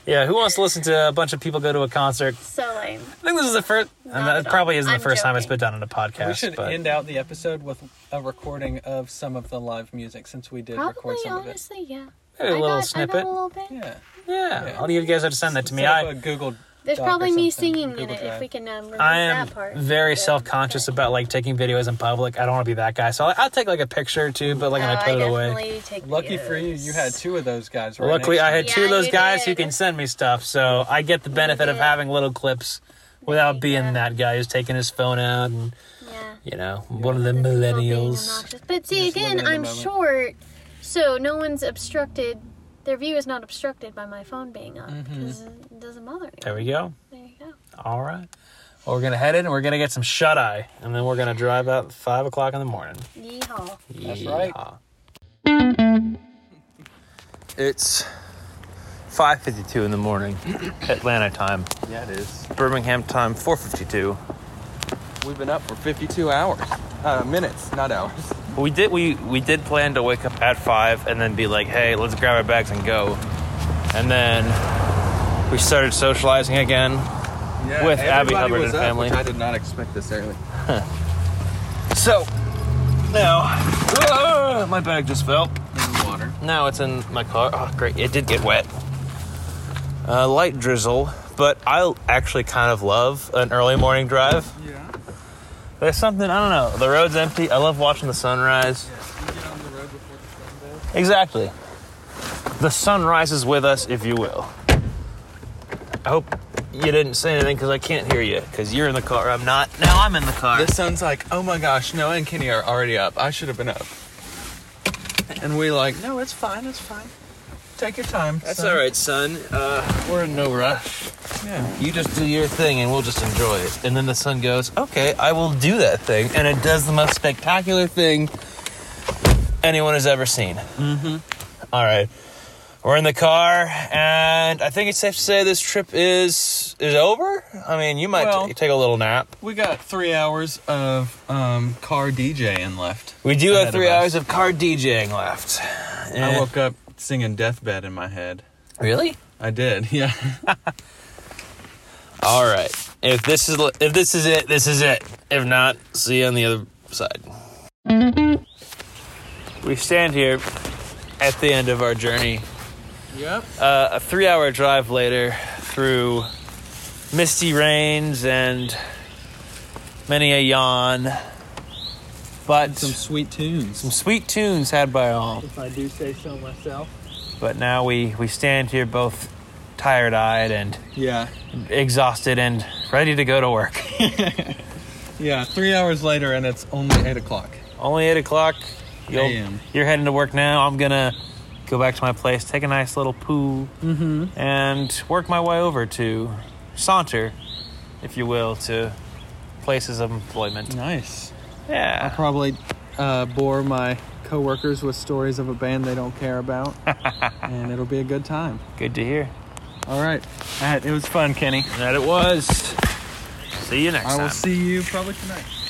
Speaker 2: Yeah, who wants to listen to a bunch of people go to a concert?
Speaker 7: so lame.
Speaker 3: [LAUGHS]
Speaker 2: I think this is the first. And
Speaker 7: Not
Speaker 2: that
Speaker 7: at all.
Speaker 2: probably isn't
Speaker 7: I'm
Speaker 2: the first time it's
Speaker 7: joking.
Speaker 2: been done on a podcast.
Speaker 1: We should
Speaker 2: but
Speaker 1: end out the episode with a recording of some of the live music since we did
Speaker 7: Probably,
Speaker 1: record some of it.
Speaker 7: honestly, yeah.
Speaker 2: maybe a
Speaker 7: I
Speaker 2: little
Speaker 7: got, I
Speaker 2: snippet.
Speaker 7: got a little bit.
Speaker 1: Yeah.
Speaker 2: yeah. all you guys have to send that to me.
Speaker 1: Set up a
Speaker 2: I
Speaker 1: Google.
Speaker 7: There's
Speaker 1: Doc or
Speaker 7: probably me
Speaker 1: something,
Speaker 7: singing in
Speaker 1: Google
Speaker 7: it
Speaker 1: Drive.
Speaker 7: if we can um, release
Speaker 2: I am
Speaker 7: that part.
Speaker 2: very
Speaker 7: Good.
Speaker 2: self conscious about like taking videos in public. I don't want to be that guy. So I, I'll take like a picture or two, but like
Speaker 7: Oh,
Speaker 2: and I put it away.
Speaker 7: definitely take
Speaker 1: Lucky for you,
Speaker 7: videos.
Speaker 1: you had two of those guys. Right
Speaker 2: Luckily, I
Speaker 1: next
Speaker 2: had
Speaker 7: Yeah,
Speaker 2: two of those
Speaker 7: you
Speaker 2: guys who
Speaker 7: did.
Speaker 2: can send me stuff, so I get the benefit of
Speaker 7: did.
Speaker 2: having little clips without being
Speaker 7: Yeah.
Speaker 2: that guy who's taking his phone out and
Speaker 7: Yeah.
Speaker 2: you know one of the
Speaker 7: Other people being
Speaker 2: millennials.
Speaker 7: obnoxious. But see,
Speaker 1: Just living
Speaker 7: again,
Speaker 1: in the
Speaker 7: I'm
Speaker 1: moment.
Speaker 7: short, so no one's obstructed. Their view is not obstructed by my phone being on because it doesn't bother anyone.
Speaker 2: There we go.
Speaker 7: There you go.
Speaker 2: All right. Well, we're gonna head in. and We're gonna get some shut eye, and then we're gonna drive out at five o'clock in the morning.
Speaker 7: Yeehaw.
Speaker 2: That's
Speaker 1: right.
Speaker 2: It's 5:52 in
Speaker 1: [CLEARS THROAT]
Speaker 2: the morning, Atlanta time.
Speaker 1: to you. Yeah, it is.
Speaker 2: Birmingham time 4:52.
Speaker 1: We've been up for 52 hours, uh, minutes, not hours.
Speaker 2: We did we we did plan to wake up at five and then be like, hey, let's grab our bags and go. And then we started socializing again.
Speaker 1: Yeah,
Speaker 2: With
Speaker 1: everybody
Speaker 2: Abby Hubbard
Speaker 1: was
Speaker 2: and
Speaker 1: up,
Speaker 2: family.
Speaker 1: Which I did not expect this early.
Speaker 2: So now Whoa, my bag just fell.
Speaker 1: In water.
Speaker 2: Now it's in my car. Oh, great! It did get wet. Uh, light drizzle, but I actually kind of love an early morning drive.
Speaker 1: Yeah.
Speaker 2: There's something I don't know. The road's empty. I love watching the sunrise.
Speaker 1: You get on the road before the sun
Speaker 2: Exactly. The sun rises with us, if you will. I hope you didn't say anything because I can't hear you. Because you're in the car. I'm not. Now I'm in the car.
Speaker 1: The sun's like, oh my gosh, Noah and Kenny are already up. I should have been up. And we like, no, it's fine, it's fine. Take your time.
Speaker 2: That's
Speaker 1: son."
Speaker 2: all right, son. Uh, we're in no rush.
Speaker 1: Yeah.
Speaker 2: You just do your thing and we'll just enjoy it. And then the sun goes, okay, I will do that thing. And it does the most spectacular thing anyone has ever seen. Mm-hmm. All right. We're in the car, and I think it's safe to say this trip is is over. I mean, you might
Speaker 1: Well-
Speaker 2: t- take a little nap.
Speaker 1: We got three hours of um, car DJing left.
Speaker 2: We do
Speaker 1: Ahead
Speaker 2: have
Speaker 1: of
Speaker 2: three
Speaker 1: us.
Speaker 2: hours of car DJing left.
Speaker 1: I
Speaker 2: Eh,
Speaker 1: woke up singing Deathbed in my head.
Speaker 2: really?
Speaker 1: I did, [LAUGHS] yeah.
Speaker 2: All right. If this is if this is it, this is it. If not, see you on the other side. We stand here at the end of our journey.
Speaker 1: Yep.
Speaker 2: Uh, a three-hour drive later, through misty rains and many a yawn, but
Speaker 1: Some sweet tunes.
Speaker 2: some sweet tunes had by all.
Speaker 9: If I do say so myself.
Speaker 2: But now we we stand here both tired-eyed and
Speaker 1: Yeah.
Speaker 2: exhausted and ready to go to work.
Speaker 1: Yeah, three hours later, and it's only eight o'clock.
Speaker 2: Only eight o'clock. You'll,
Speaker 1: AM.
Speaker 2: you're heading to work now. I'm gonna go back to my place, take a nice little poo,
Speaker 1: Mm-hmm.
Speaker 2: and work my way over to saunter, if you will, to places of
Speaker 1: Mm.
Speaker 2: employment.
Speaker 1: Nice.
Speaker 2: Yeah.
Speaker 1: Probably uh, bore my coworkers with stories of a band they don't care about, and it'll be a good time.
Speaker 2: Good to hear.
Speaker 1: All right. All right. It was fun, Kenny.
Speaker 2: That it was. See you next
Speaker 1: I will
Speaker 2: time.
Speaker 1: see you probably tonight.